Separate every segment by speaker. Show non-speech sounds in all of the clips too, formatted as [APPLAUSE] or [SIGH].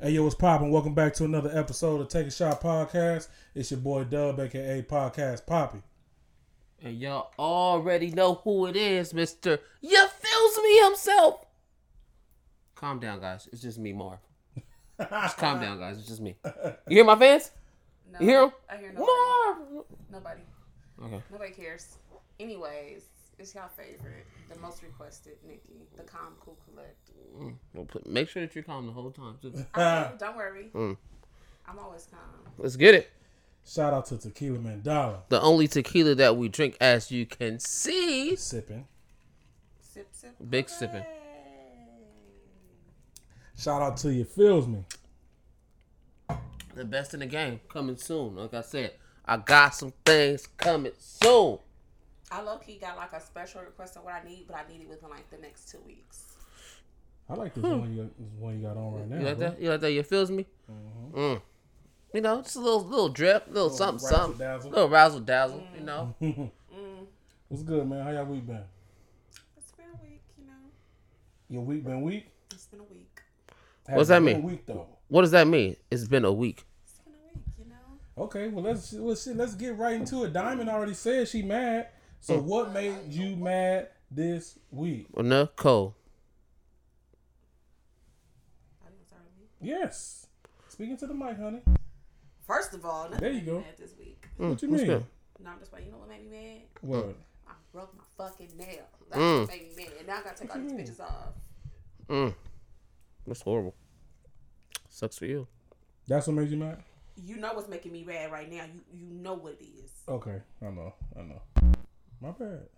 Speaker 1: Hey, yo, what's poppin'? Welcome back to another episode of Take a Shot Podcast. It's your boy Dub, aka Podcast Poppy.
Speaker 2: And y'all already know who it is, Mr. You feels me himself. Calm down, guys. It's just me, Marv. Just calm down, guys. It's just me. You hear my fans?
Speaker 3: No,
Speaker 2: You hear 'em?
Speaker 3: I hear nobody.
Speaker 2: Marv!
Speaker 3: Nobody.
Speaker 2: Okay.
Speaker 3: Nobody cares. Anyways, it's y'all favorite, the most requested, Nikki, the calm, cool, collect.
Speaker 2: Well, put- Make sure that you're calm the whole time. too.
Speaker 3: I mean, don't worry.
Speaker 2: Mm.
Speaker 3: I'm always calm.
Speaker 2: Let's get it.
Speaker 1: Shout out to Tequila Mandala.
Speaker 2: The only tequila that we drink, as you can see.
Speaker 1: Sipping.
Speaker 3: Sip, sip.
Speaker 2: Big sipping.
Speaker 1: Shout out to you, feels me.
Speaker 2: The best in the game coming soon. Like I said, I got some things coming soon.
Speaker 3: I low key got like a special request of what I need, but I need it within like the next two weeks.
Speaker 1: I like this one you this one you got on right now.
Speaker 2: Hmm. You like
Speaker 1: bro.
Speaker 2: that? You like that? You feels me? Mm. You know, just a little little drip, little, something, something,
Speaker 1: razzle-dazzle.
Speaker 2: little razzle dazzle. You know, [LAUGHS]
Speaker 1: What's good, man? How y'all week been?
Speaker 3: It's been a week, you know.
Speaker 1: Your week been week?
Speaker 3: It's been a week.
Speaker 2: What's that
Speaker 1: Hasn't
Speaker 2: mean?
Speaker 1: been a Week though.
Speaker 2: what does that mean? It's been a week.
Speaker 3: It's been a week, you know.
Speaker 1: Okay, well let's well, shit, let's get right into it. Diamond already said she mad. So
Speaker 2: Hmm.
Speaker 1: what made you mad this week?
Speaker 2: Well, no, Cole.
Speaker 3: I think it's already-
Speaker 1: Yes. Speaking to the mic, honey.
Speaker 3: First of all, nothing
Speaker 1: There you
Speaker 3: made me
Speaker 1: go.
Speaker 3: mad This week.
Speaker 1: What you
Speaker 2: Hmm, what's
Speaker 1: mean?
Speaker 2: that?
Speaker 3: No, I'm just like, you know what made me mad?
Speaker 1: What?
Speaker 3: I broke my fucking nail. [LAUGHS] That
Speaker 2: Mm.
Speaker 3: made me mad. And now I gotta take all these bitches off.
Speaker 2: Mm. That's horrible. Sucks for you.
Speaker 1: That's what made you mad?
Speaker 3: You know what's making me mad right now. You you know what it is.
Speaker 1: Okay, I know, I know. My bad.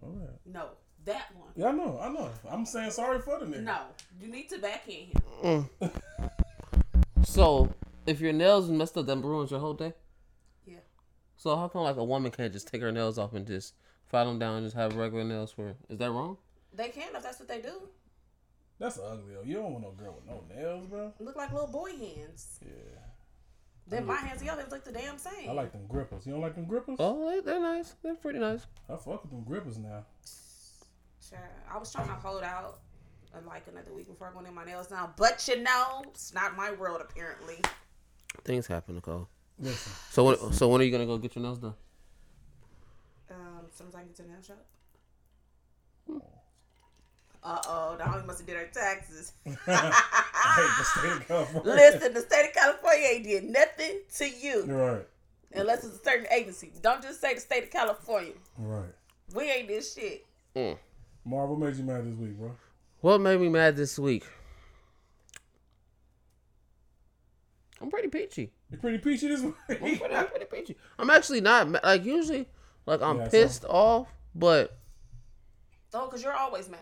Speaker 1: My bad.
Speaker 3: No, that one.
Speaker 1: Yeah, I know, I know. I'm saying sorry for the nigga.
Speaker 3: No, you need to back in him.
Speaker 2: So, if your nails messed up, then ruins your whole day.
Speaker 3: Yeah,
Speaker 2: So how come like a woman can't just take her nails off and just file them down and just have regular nails for? Is that wrong?
Speaker 3: they can if that's what they do.
Speaker 1: That's ugly. Though. You don't want no girl with no nails, bro.
Speaker 3: Look like little boy hands.
Speaker 1: Yeah,
Speaker 3: Then my hands and your hands look the damn same.
Speaker 1: I like them grippers. You don't like them grippers?
Speaker 2: Oh, they- they're nice. They're pretty nice.
Speaker 1: I fuck with them grippers now.
Speaker 3: Sure. I was trying to hold out uh, like another week before I going in my nails now, but you know it's not my world apparently.
Speaker 2: Things happen, Nicole.
Speaker 3: [LAUGHS]
Speaker 1: Listen, [LAUGHS]
Speaker 2: So when, so when are you gonna go get your nails done?
Speaker 3: Um, sometimes it's a nail shop. Uh oh, the homie must have did her taxes.
Speaker 1: I
Speaker 3: [LAUGHS]
Speaker 1: hate the state of California.
Speaker 3: Listen, the state of California ain't did nothing to
Speaker 1: [LAUGHS]
Speaker 3: you
Speaker 1: You're right.
Speaker 3: unless it's a certain agency. Don't just say the state of California.
Speaker 1: You're right.
Speaker 3: We ain't did shit.
Speaker 2: Mm.
Speaker 1: Marv, what made you mad this week, bro?
Speaker 2: What made me mad this week? I'm pretty peachy.
Speaker 1: You pretty peachy this
Speaker 2: I'm
Speaker 1: week.
Speaker 2: pretty, I'm pretty peachy. I'm actually not ma- like usually like I'm
Speaker 1: Yeah, so-
Speaker 2: pissed off, but
Speaker 3: Oh, cause you're always mad.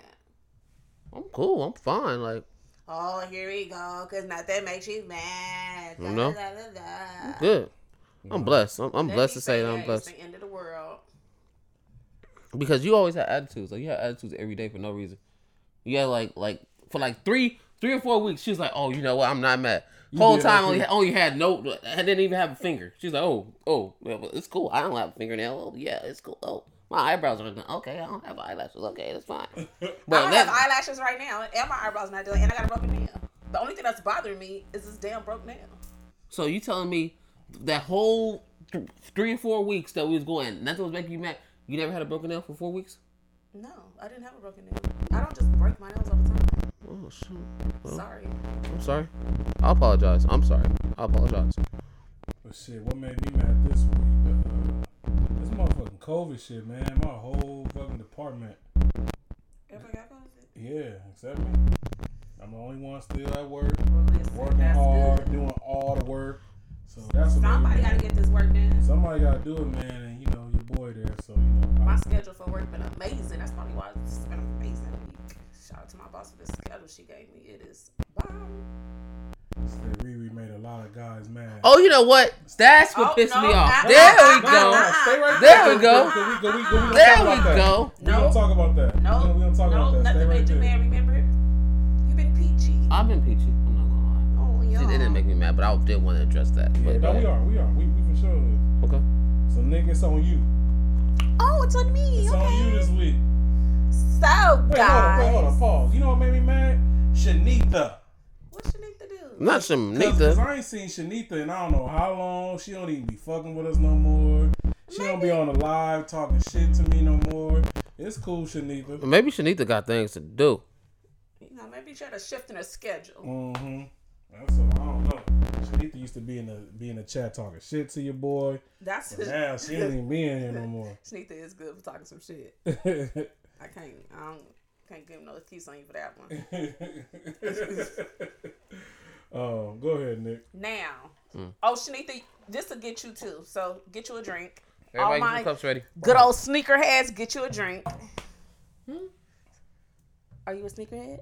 Speaker 2: I'm cool. I'm fine. Like
Speaker 3: Oh, here we go. Cause nothing makes you mad. Da,
Speaker 2: No.
Speaker 3: da, da, da, da.
Speaker 2: good. I'm blessed. I'm, I'm
Speaker 3: Let
Speaker 2: blessed
Speaker 3: me
Speaker 2: to say that
Speaker 3: that
Speaker 2: I'm
Speaker 3: it's
Speaker 2: blessed
Speaker 3: the end of the world.
Speaker 2: because you always had attitudes. Like you had attitudes every day for no reason. You had like like for like three three or four weeks. She was like, oh, you know what? I'm not mad. Whole
Speaker 1: did,
Speaker 2: time
Speaker 1: I
Speaker 2: only
Speaker 1: think.
Speaker 2: only had no. I didn't even have a finger. She's like, oh oh, well, well, it's cool. I don't have a fingernail. Oh yeah, it's cool. Oh my eyebrows are done. Okay, I don't have eyelashes. Okay, that's [LAUGHS] fine.
Speaker 3: I
Speaker 2: But
Speaker 3: don't have
Speaker 2: that,
Speaker 3: eyelashes right now, and my eyebrows not doing, and I got a broken nail. The only thing that's bothering me is this damn broke nail.
Speaker 2: so you telling me that whole th- three or four weeks that we was going, nothing was making you mad. You never had a broken nail for four weeks.
Speaker 3: No, I didn't have a broken nail. I don't just break my nails all the time.
Speaker 2: Oh shoot.
Speaker 3: Sorry.
Speaker 2: I'm sorry. I apologize. I'm sorry. I apologize.
Speaker 1: [LAUGHS] But shit, what made me mad this week? Uh, this motherfucking COVID shit, man. My whole fucking department.
Speaker 3: Everybody got COVID.
Speaker 1: Yeah, except me. I'm the only one still at work,
Speaker 3: Well, listen,
Speaker 1: working
Speaker 3: that's
Speaker 1: hard,
Speaker 3: good.
Speaker 1: doing all the work. So that's what
Speaker 3: Somebody
Speaker 1: made me-
Speaker 3: gotta get this work done.
Speaker 1: Somebody gotta do it, man. And you know your boy there, so you know.
Speaker 3: My
Speaker 1: I-
Speaker 3: schedule for work been amazing. That's probably why it's been an amazing week. Shout out to my boss for the schedule she gave me. It is bomb.
Speaker 1: said Riri made a lot of guys mad.
Speaker 2: Oh, you know what? That's what
Speaker 3: Oh,
Speaker 2: pissed
Speaker 3: no,
Speaker 2: me off.
Speaker 3: I-
Speaker 2: there
Speaker 3: I-
Speaker 2: we
Speaker 3: I-
Speaker 2: go.
Speaker 3: I-
Speaker 1: Stay right
Speaker 2: There
Speaker 1: there.
Speaker 2: we go.
Speaker 1: We, we, we, we, we, we,
Speaker 2: there
Speaker 1: gonna talk about
Speaker 2: we go.
Speaker 1: That. We gonna talk about that.
Speaker 3: No,
Speaker 1: we gonna talk
Speaker 3: no,
Speaker 1: about that. Stay
Speaker 3: nothing
Speaker 1: right
Speaker 3: made you
Speaker 1: there.
Speaker 3: mad. Remember, you've been peachy.
Speaker 2: I've been peachy. I'm not gonna
Speaker 3: oh,
Speaker 2: lie.
Speaker 3: yeah.
Speaker 2: It, it didn't make me mad, but I did want to address that.
Speaker 1: Yeah,
Speaker 2: But, uh,
Speaker 1: no, we are, we are, we, we for sure. is.
Speaker 2: Okay.
Speaker 1: So nigga, it's on you.
Speaker 3: Oh, it's on me.
Speaker 1: It's on you
Speaker 3: okay.
Speaker 1: this week.
Speaker 3: So,
Speaker 1: Wait, hold on,
Speaker 3: guys,
Speaker 1: wait, hold on, pause. You know what made me mad? Shanitha.
Speaker 3: what you need to do?
Speaker 2: Not
Speaker 1: Because
Speaker 2: Shanita.
Speaker 1: I ain't seen Shanita in I don't know how long. She don't even be fucking with us no more. She don't be on the live talking shit to me no more. It's cool, Shanita.
Speaker 2: Maybe Shanita got things to do.
Speaker 3: You know, maybe try to shift in her schedule.
Speaker 1: Mm-hmm. That's all. I don't know. Shanita used to be in the be in the chat talking shit to your boy.
Speaker 3: That's
Speaker 1: But now
Speaker 3: [LAUGHS]
Speaker 1: she ain't even be in here no more. [LAUGHS]
Speaker 3: Sneetha is good for talking some shit. I can't. I don't, can't give him no excuse on you for that one.
Speaker 1: um, go ahead, Nick.
Speaker 3: Now, oh Shanita, this will get you too. So get you a drink.
Speaker 2: Everybody, get
Speaker 3: All Oh my
Speaker 2: your cups ready.
Speaker 3: good old sneakerheads, get you a drink. Are you a sneakerhead?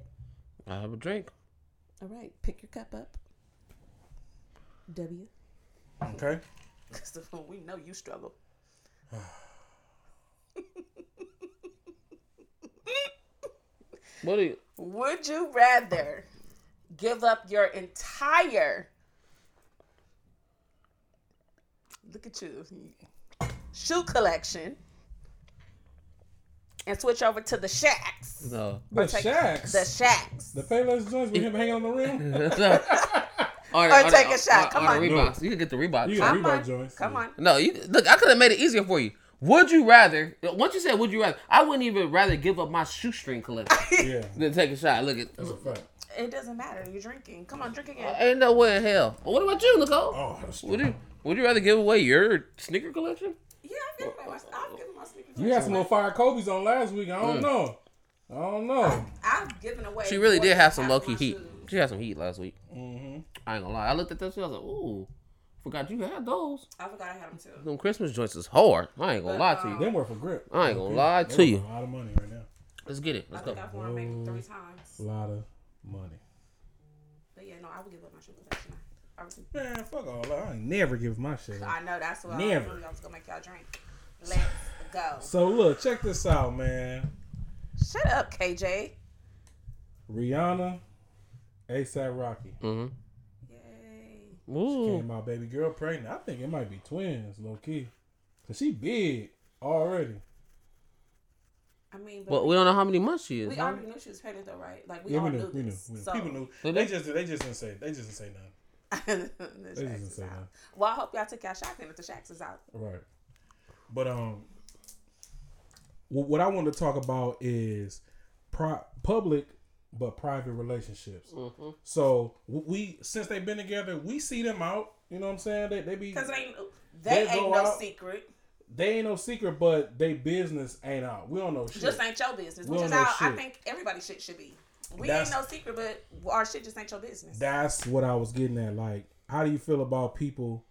Speaker 2: I have a drink.
Speaker 3: All right, pick your cup up. W. [LAUGHS]
Speaker 1: Okay.
Speaker 3: Because we know you struggle.
Speaker 2: What are you?
Speaker 3: Would you rather give up your entire look at you shoe collection and switch over to the shacks?
Speaker 2: [LAUGHS] No.
Speaker 1: The
Speaker 3: take
Speaker 1: Shacks.
Speaker 3: The shacks.
Speaker 1: The Payless joints with him hanging on the rim.
Speaker 2: or
Speaker 3: take a shot. Come on.
Speaker 2: Reeboks. You can get the Reeboks.
Speaker 1: You
Speaker 2: shot.
Speaker 1: got
Speaker 3: Come on,
Speaker 1: Reebok joints.
Speaker 3: come on.
Speaker 2: No, you look. I could have made it easier for you. Would you rather? Once you said, "Would you rather?" I wouldn't even rather give up my shoestring collection
Speaker 1: Yeah.
Speaker 2: than take a shot. Look at.
Speaker 1: That's a fact.
Speaker 3: It doesn't matter. You're drinking. Come on, drink again.
Speaker 2: Ain't no way in hell. Well, what about you, Nicole?
Speaker 1: Oh, that's
Speaker 2: Would you Would you rather give away your sneaker collection?
Speaker 3: Yeah, I'm giving my, I'm giving my sneakers.
Speaker 1: You had some little fire Kobe's on last week. I
Speaker 2: Mm.
Speaker 1: don't know. I don't know.
Speaker 3: I've given away.
Speaker 2: She really
Speaker 3: more
Speaker 2: did
Speaker 3: than
Speaker 2: have some
Speaker 3: half
Speaker 2: low
Speaker 3: my
Speaker 2: key heat.
Speaker 3: shoes.
Speaker 2: She had some heat last week.
Speaker 1: Mm-hmm.
Speaker 2: I ain't gonna lie. I looked at those. I was like, "Ooh, forgot you had those."
Speaker 3: I forgot I had them too.
Speaker 2: Them Christmas joints is hard. I ain't gonna lie to you.
Speaker 1: Them were for grip.
Speaker 2: I ain't gonna lie
Speaker 1: They
Speaker 2: to
Speaker 1: worth
Speaker 2: you.
Speaker 1: A lot of money right now.
Speaker 2: Let's get it.
Speaker 3: I
Speaker 2: Let's go.
Speaker 3: think I've worn maybe three times.
Speaker 1: A lot of money.
Speaker 3: But yeah, no, I would give up my shoe collection. I would-
Speaker 1: Man, fuck all that. I ain't never give my shit up.
Speaker 3: I know that's what
Speaker 1: Never.
Speaker 3: I was, I was gonna make y'all drink. Let's go.
Speaker 1: So look, check this out, man.
Speaker 3: Shut up, KJ.
Speaker 1: Rihanna, ASAP Rocky.
Speaker 2: hmm
Speaker 3: Yay.
Speaker 2: Ooh.
Speaker 1: Came out baby girl pregnant. I think it might be twins, low key. Cause she big already.
Speaker 3: I mean, but,
Speaker 2: But we don't know how many months she is.
Speaker 3: we
Speaker 2: huh?
Speaker 3: already knew she was pregnant though, right? Like we
Speaker 1: Yeah,
Speaker 3: all
Speaker 1: we
Speaker 3: Oh, knew,
Speaker 1: knew, we knew,
Speaker 3: this.
Speaker 1: we knew.
Speaker 3: So
Speaker 1: people knew.
Speaker 2: So
Speaker 1: They
Speaker 2: they-
Speaker 1: just, they just didn't say, they just didn't say nothing.
Speaker 3: [LAUGHS] The
Speaker 1: They
Speaker 3: Shacks
Speaker 1: didn't
Speaker 3: is
Speaker 1: say
Speaker 3: out.
Speaker 1: nothing.
Speaker 3: Well, I hope y'all took y'all shot then if the Shacks is out.
Speaker 1: Right. But um, wh- what I want to talk about is pri- public but private relationships. So w- we since they've been together, we see them out. You know what I'm saying? They they be
Speaker 3: Cause they
Speaker 1: They
Speaker 3: they, ain't
Speaker 1: go
Speaker 3: no
Speaker 1: out.
Speaker 3: secret.
Speaker 1: they ain't no secret, but they business ain't out. We don't know shit.
Speaker 3: Just ain't your business.
Speaker 1: We
Speaker 3: Which
Speaker 1: don't
Speaker 3: is
Speaker 1: know
Speaker 3: how I
Speaker 1: shit.
Speaker 3: think everybody shit should be. We
Speaker 1: That's-
Speaker 3: ain't no secret, but our shit just ain't your business.
Speaker 1: That's what I was getting at. Like, how do you feel about people,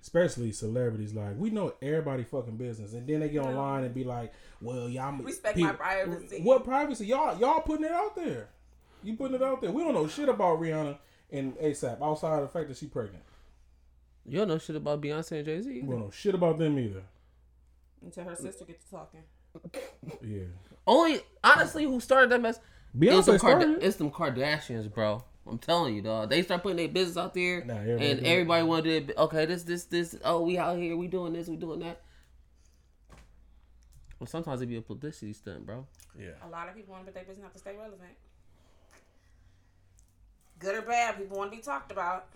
Speaker 1: especially celebrities? Like, we know everybody fucking business, and then they get online and be like, "Well, y'all
Speaker 3: Respect my privacy.
Speaker 1: What privacy? Y'all, y'all putting it out there. You putting it out there. We don't know shit about Rihanna and ASAP outside of the fact that she pregnant.
Speaker 2: You don't know shit about Beyonce and Jay Z.
Speaker 1: We don't know shit about them either.
Speaker 3: Until her sister gets to talking.
Speaker 1: Yeah,
Speaker 2: Only honestly, who started that mess? It's
Speaker 1: Beyonce
Speaker 2: them, Karda-
Speaker 1: started. it.
Speaker 2: it's them Kardashians, bro. I'm telling you, dog. They start putting their business out there,
Speaker 1: Nah, everybody do
Speaker 2: and
Speaker 1: it.
Speaker 2: everybody want to. do it. Okay, this, this, this. Oh, we out here. We doing this. We doing that. Well, sometimes it be a publicity stunt, bro.
Speaker 1: Yeah,
Speaker 3: A lot of people want to put their business out to stay relevant. Good or bad, people want to be talked about.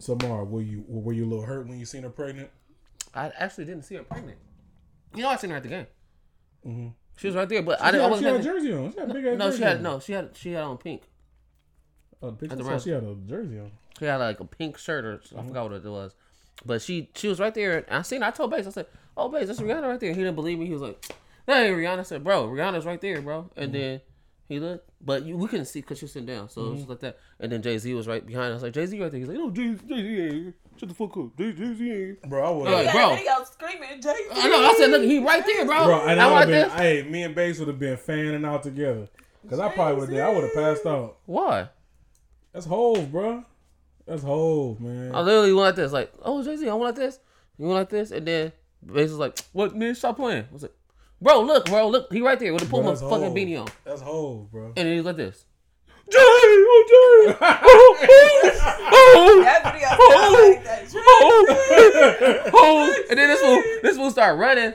Speaker 1: Samar, were you were you a little hurt when you seen her pregnant?
Speaker 2: I actually didn't see her pregnant. You know, I seen her at the game.
Speaker 1: Mhm.
Speaker 2: She was right there, but I
Speaker 1: She
Speaker 2: didn't. I
Speaker 1: had, she had a
Speaker 2: wasn't. at
Speaker 1: jersey on. She had a big
Speaker 2: the-
Speaker 1: ass
Speaker 2: No,
Speaker 1: jersey
Speaker 2: she had
Speaker 1: on.
Speaker 2: no. She had she had on pink.
Speaker 1: Oh, the picture
Speaker 2: At the
Speaker 1: said
Speaker 2: rest.
Speaker 1: she had a jersey on.
Speaker 2: She had like a pink shirt or I forgot what it was. But she she was right there and I seen I told Bates, I said, Oh Bates, that's Rihanna right there. He didn't believe me. He was like, That ain't Rihanna. I said, Bro, Rihanna's right there, bro. And then he looked, but you, we couldn't see because she was sitting down. So it was just like that. And then Jay Z was right behind us. Like, Jay Z right there. He's like, No, Jay Z ain't here. Shut the fuck up. Jay Z ain't here.
Speaker 1: Bro, I was.
Speaker 2: Hey,
Speaker 3: Yeah,
Speaker 2: bro.
Speaker 3: video screaming, Jay.
Speaker 2: I know. I said, Look, he right there,
Speaker 1: [LAUGHS]
Speaker 2: bro.
Speaker 1: Bro, and I
Speaker 2: I'm like
Speaker 1: would have
Speaker 2: this.
Speaker 1: been, hey, me and Bass would have been fanning out together. Cause I probably would have I would have passed out.
Speaker 2: Why?
Speaker 1: That's Hove, bro. That's Hove, man.
Speaker 2: I literally went like this, like, oh Jay Z, I want like this, you want like this, and then Bates was like, what man, stop playing. I was like, bro, look, bro, look, he right there with a
Speaker 1: Bro,
Speaker 2: Puma
Speaker 1: that's
Speaker 2: fucking
Speaker 1: Hov.
Speaker 2: beanie on,
Speaker 1: That's Hove, bro.
Speaker 2: and he's like this, Jay, oh Jay, [LAUGHS] oh, oh,
Speaker 3: That video sounds like that.
Speaker 2: oh, oh, oh, and then this fool, this fool start running.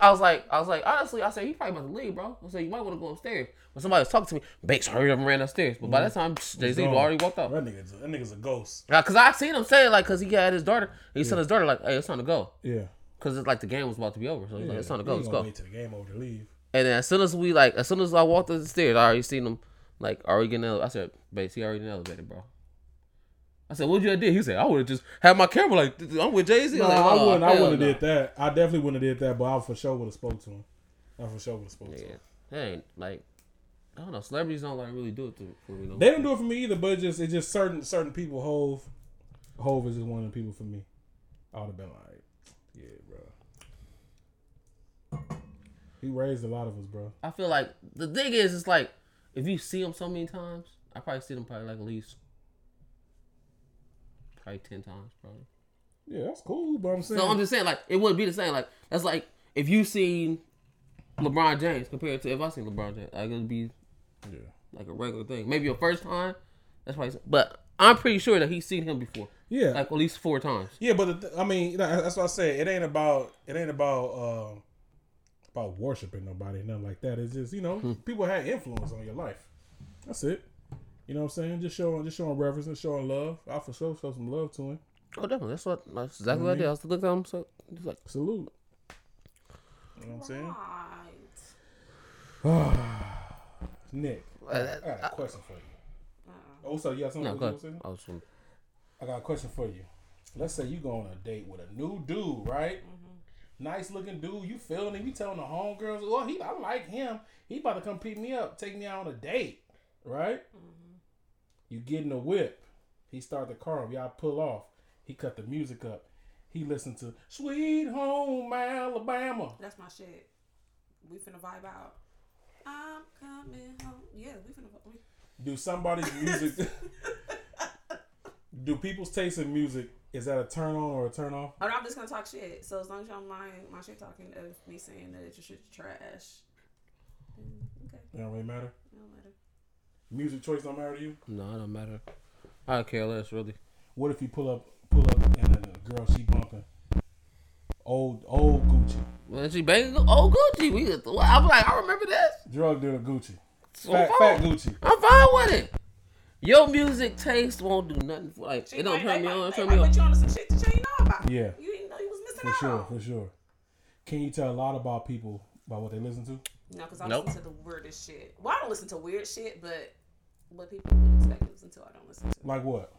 Speaker 2: I was like, I was like, honestly, I said he probably about to leave, bro. I said you might want to go upstairs. When somebody was talking to me, Bakes hurried up and ran upstairs. But by that time, Jay Z
Speaker 1: Mm. gone.
Speaker 2: already walked out.
Speaker 1: [LAUGHS] That nigga's, that nigga's a ghost.
Speaker 2: Now, cause I seen him say it, like, cause he had his daughter. He said his daughter, like, hey, it's time to go.
Speaker 1: Yeah.
Speaker 2: Cause it's like the game was about to be over, so he's like, it's time to go,
Speaker 1: He
Speaker 2: let's
Speaker 1: ain't
Speaker 2: go.
Speaker 1: gonna Wait till the game over to leave.
Speaker 2: And then as soon as we like, as soon as I walked up the stairs, I already seen him like already getting elevated. I said, "Base, he already in the elevator, bro." I said, "What'd you have did?" He said, "I would have just had my camera like "Oh, th- th- I'm with Jay Z."
Speaker 1: No, I wouldn't. I wouldn't have did that. I definitely wouldn't have did that. But I for sure would have spoke to him. I for sure would have spoke to
Speaker 2: Yeah,
Speaker 1: him.
Speaker 2: that ain't like I don't know. Celebrities don't like really do it to for me. No.
Speaker 1: They don't do it for me either. But it's just it's just certain certain people. Hove, Hove is just one of the people for me. I would have been like, yeah, bro. He raised a lot of us, bro.
Speaker 2: I feel like the thing is, it's like if you see them so many times, I probably see them probably like at least probably ten times, probably.
Speaker 1: Yeah, that's cool. But I'm saying,
Speaker 2: So I'm just saying, like, it wouldn't be the same. Like, that's like if you seen LeBron James compared to if I seen LeBron James, like it'd be
Speaker 1: yeah,
Speaker 2: like a regular thing. Maybe your first time, that's why. he's- But I'm pretty sure that he's seen him before,
Speaker 1: yeah.
Speaker 2: like at least four times.
Speaker 1: Yeah, but the th- I mean, that- that's what I said. It ain't about it ain't about uh, about worshiping nobody, nothing like that. It's just you know,
Speaker 2: Hmm.
Speaker 1: people had influence on your life. That's it. You know what I'm saying? Just showing, just showing reverence and showing love. I for sure show some love to him.
Speaker 2: Oh, definitely. That's what. That's exactly what I did. I was looking at him, so he's like,
Speaker 1: Salute. You know what I'm
Speaker 3: [SIGHS]
Speaker 1: saying?
Speaker 3: Right.
Speaker 1: Nick,
Speaker 2: uh, uh,
Speaker 1: I got a question for you. Oh, so yeah, something
Speaker 2: no,
Speaker 1: you
Speaker 2: go
Speaker 1: gonna
Speaker 2: ahead.
Speaker 1: say?
Speaker 2: I was from,
Speaker 1: I got a question for you. Let's say you go on a date with a new dude, right? Nice looking dude. You feeling him? You telling the homegirls, "Oh, he, I like him. He about to come pick me up, take me out on a date, right?" You get in the whip. He start the car up. Y'all pull off. He cut the music up. He listen to "Sweet Home Alabama."
Speaker 3: That's my shit. We finna vibe out. I'm coming home. Yeah, we finna. We,
Speaker 1: Do somebody's music? do people's taste in music is that a turn on or a turn off?
Speaker 3: oh, no, I'm just gonna talk shit. So as long as y'all mind my shit talking of me saying that your shit's trash, then okay,
Speaker 1: It don't really matter.
Speaker 3: no matter.
Speaker 1: Music choice don't matter to you.
Speaker 2: no, it don't matter. I don't care less, really.
Speaker 1: What if you pull up, pull up, and then the girl she bumping old old Gucci,
Speaker 2: When she banging, oh Gucci, we. I'm like, I remember this.
Speaker 1: drug dealer Gucci,
Speaker 2: So
Speaker 1: fat,
Speaker 2: far.
Speaker 1: fat Gucci.
Speaker 2: I'm fine with it. Your music taste won't do nothing for like it don't
Speaker 3: might-
Speaker 2: turn
Speaker 3: they
Speaker 2: me on.
Speaker 3: might-
Speaker 2: It
Speaker 3: they
Speaker 2: turn
Speaker 3: might
Speaker 2: me
Speaker 3: put
Speaker 2: off.
Speaker 3: you on to some shit that you ain't know about.
Speaker 1: Yeah.
Speaker 3: You didn't know you was
Speaker 1: For
Speaker 3: missing
Speaker 1: sure,
Speaker 3: out.
Speaker 1: for sure. Can you tell a lot about people about what they listen to?
Speaker 3: No, because I
Speaker 2: Nope.
Speaker 3: listen to the weirdest shit. Well, I don't listen to weird shit, but what people would expect to listen to, I don't listen to.
Speaker 1: Like what?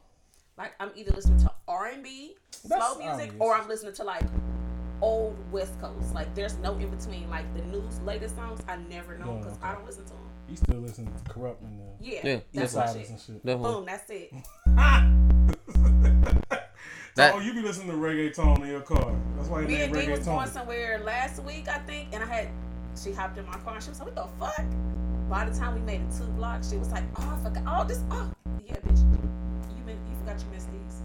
Speaker 3: Like I'm either listening to R and B,
Speaker 1: That's
Speaker 3: slow music,
Speaker 1: obvious.
Speaker 3: or I'm listening to like old West Coast. Like there's no in between. Like the news latest songs, I never know
Speaker 1: Yeah,
Speaker 3: because
Speaker 1: okay.
Speaker 3: I don't listen to them.
Speaker 1: You still listen to corrupt and the
Speaker 3: Yeah,
Speaker 2: Yeah,
Speaker 3: that's my
Speaker 1: insiders
Speaker 3: shit.
Speaker 1: and shit.
Speaker 2: Definitely.
Speaker 3: Boom, that's it.
Speaker 2: That-
Speaker 1: oh, you be listening to reggaeton in your car. That's why it
Speaker 3: Me
Speaker 1: ain't
Speaker 3: and D was going
Speaker 1: reggaeton.
Speaker 3: somewhere last week, I think, and I had she hopped in my car and she was like, "What the fuck?" By the time we made it two blocks, she was like, "Oh, I forgot. Oh, this. Oh, yeah, bitch. You meant, you forgot you missed these."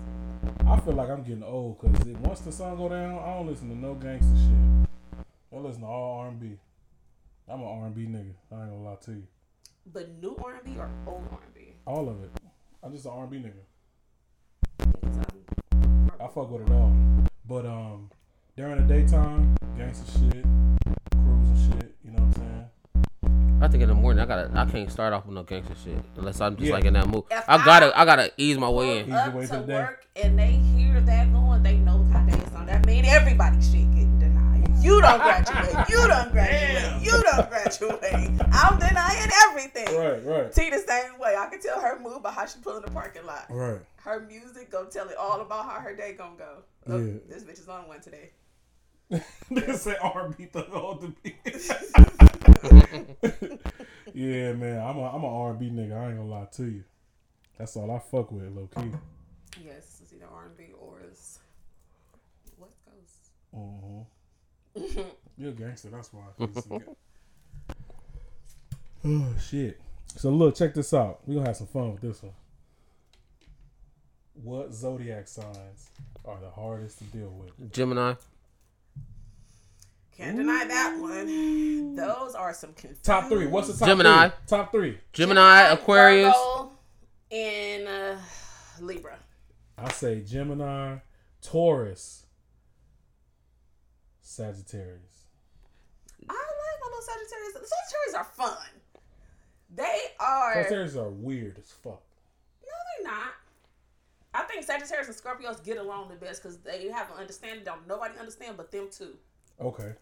Speaker 1: I feel like I'm getting old because once the sun go down, I don't listen to no gangster shit. I listen to all R&B. I'm an R&B nigga. I ain't gonna lie to you.
Speaker 3: But new R and B or old R and B?
Speaker 1: All of it. I'm just an R&B nigga.
Speaker 3: Because I'm
Speaker 1: I fuck with it all. But um, during the daytime, gangsta shit, cruising shit. You know what I'm saying?
Speaker 2: I think in the morning I gotta I can't start off with no gangster shit unless I'm just
Speaker 1: Yeah.
Speaker 2: like in that mood.
Speaker 3: If
Speaker 2: I gotta I gotta ease my way in.
Speaker 3: pull
Speaker 1: Easy
Speaker 3: up
Speaker 1: way
Speaker 3: to
Speaker 1: to the day.
Speaker 3: work and they hear that going, they know how they is on. That mean everybody shit getting denied. You don't graduate. You don't
Speaker 1: Damn.
Speaker 3: graduate. You don't graduate. I'm denying everything.
Speaker 1: Right, right,
Speaker 3: T the same way. I can tell her mood by how she pull in the parking lot.
Speaker 1: right.
Speaker 3: Her music gonna tell it all about how her day gonna go. Oh,
Speaker 1: Yeah.
Speaker 3: This bitch is on one today.
Speaker 1: [LAUGHS] Nigga say R&B thug all the beat. [LAUGHS] yeah, man. I'm a I'm a R&B nigga. I ain't gonna lie to you. That's all I fuck with, low key.
Speaker 3: Yes, it's either R and B or it's what goes.
Speaker 1: Uh-huh. You're a gangster. That's why. [SIGHS] oh shit. So look, check this out. We gonna have some fun with this one. What zodiac signs are the hardest to deal with?
Speaker 2: Gemini.
Speaker 3: Can't deny that one. Those are some confusing.
Speaker 1: Top three. What's the top
Speaker 2: Gemini.
Speaker 1: three? Top three.
Speaker 2: Gemini, Aquarius.
Speaker 3: Virgo, and uh, Libra.
Speaker 1: I say Gemini, Taurus, Sagittarius.
Speaker 3: Sagittarius, Sagittarius are fun. They are.
Speaker 1: Sagittarius are weird as fuck.
Speaker 3: No, they're not. I think Sagittarius and Scorpios get along the best because they have an understanding. Don't nobody understand but them two.
Speaker 1: Okay.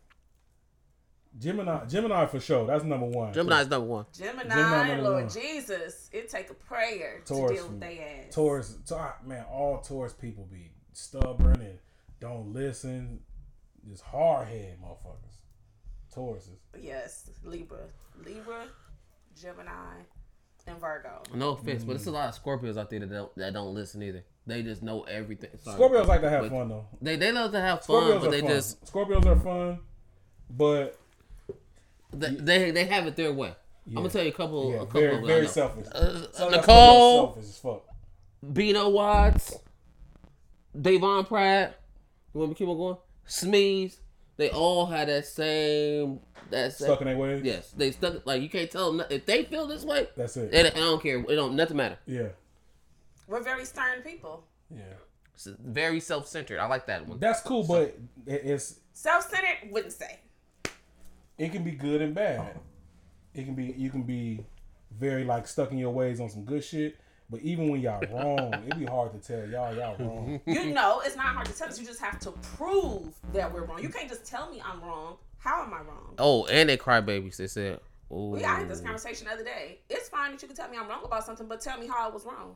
Speaker 1: Gemini, Gemini for sure. That's number one.
Speaker 2: Gemini's number one.
Speaker 3: Gemini,
Speaker 1: Gemini, no, no,
Speaker 3: Lord
Speaker 1: no.
Speaker 3: Jesus, it take a prayer
Speaker 1: Taurus,
Speaker 3: to deal with
Speaker 1: man.
Speaker 3: their ass.
Speaker 1: Taurus, Taur- man, all Taurus people be stubborn and don't listen. Just hard head motherfuckers. Tauruses.
Speaker 3: Yes, Libra, Libra, Gemini, and Virgo.
Speaker 2: No offense, but
Speaker 1: Mm.
Speaker 2: it's a lot of Scorpios out there that don't, that don't listen either. They just know everything. Sorry.
Speaker 1: Scorpios like to have
Speaker 2: But
Speaker 1: fun though.
Speaker 2: They they love to have fun,
Speaker 1: Scorpios
Speaker 2: but
Speaker 1: are
Speaker 2: they
Speaker 1: fun.
Speaker 2: just
Speaker 1: Scorpios are fun, but
Speaker 2: they, they they have it their way. I'm gonna tell you a couple
Speaker 1: yeah,
Speaker 2: a couple
Speaker 1: very
Speaker 2: of
Speaker 1: very
Speaker 2: I know.
Speaker 1: selfish.
Speaker 2: Uh,
Speaker 1: Some of y'all
Speaker 2: Nicole,
Speaker 1: selfish as fuck.
Speaker 2: Bino Watts, Davon Pratt. You want me to keep on going? Smeeze. They all had that same that same.
Speaker 1: Stuck in their ways.
Speaker 2: yes, they stuck. Like you can't tell them no- if they feel this way.
Speaker 1: That's it.
Speaker 2: It, I don't care. It don't nothing matter.
Speaker 1: yeah.
Speaker 3: We're very stern people.
Speaker 1: Yeah.
Speaker 2: It's very self centered. I like that one.
Speaker 1: That's cool, but it, it's
Speaker 3: Self-centered, wouldn't say.
Speaker 1: it can be good and bad. It can be you can be very like stuck in your ways on some good shit, but even when
Speaker 2: [LAUGHS]
Speaker 1: y'all wrong, it'd be hard to tell y'all y'all wrong.
Speaker 3: You know, it's not hard to tell us. You just have to prove that we're wrong. You can't just tell me I'm wrong. How am I wrong?
Speaker 2: Oh, and they cry babies. They said, "Oh,
Speaker 3: We I had this conversation the other day. It's fine that you can tell me I'm wrong about something, but tell me how I was wrong.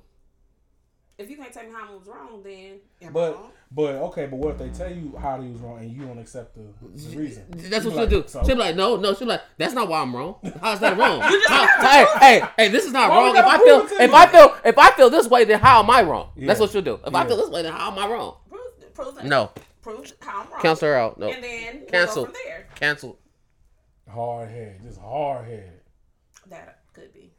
Speaker 3: If you can't tell me how I was wrong, then am I
Speaker 1: But
Speaker 3: wrong?
Speaker 1: but okay, but what if they tell you how they was wrong and you don't accept the, the reason?
Speaker 2: That's
Speaker 1: You
Speaker 2: what
Speaker 1: be
Speaker 2: she'll
Speaker 1: like,
Speaker 2: do.
Speaker 1: so-
Speaker 2: she'll be like, no, no. She'll be like, that's not why I'm wrong. How's
Speaker 1: [LAUGHS]
Speaker 2: that wrong?
Speaker 3: just
Speaker 2: How-
Speaker 3: gotta
Speaker 2: hey, hey, hey, this is not
Speaker 1: Why we
Speaker 2: wrong. If
Speaker 1: gotta
Speaker 2: I
Speaker 1: prove
Speaker 2: feel,
Speaker 1: it to
Speaker 2: if
Speaker 1: you?
Speaker 2: I feel, if I feel this way, then how am I wrong? That's
Speaker 1: Yeah.
Speaker 2: what she'll do. If I feel
Speaker 1: Yeah.
Speaker 2: this way, then how am I wrong?
Speaker 3: prove, prove it.
Speaker 2: No,
Speaker 3: Prove how I'm wrong.
Speaker 2: cancel her out. No,
Speaker 3: And then
Speaker 2: Cancel.
Speaker 3: We'll go from there.
Speaker 2: cancel.
Speaker 1: hard head, just hard headed.
Speaker 3: That could be.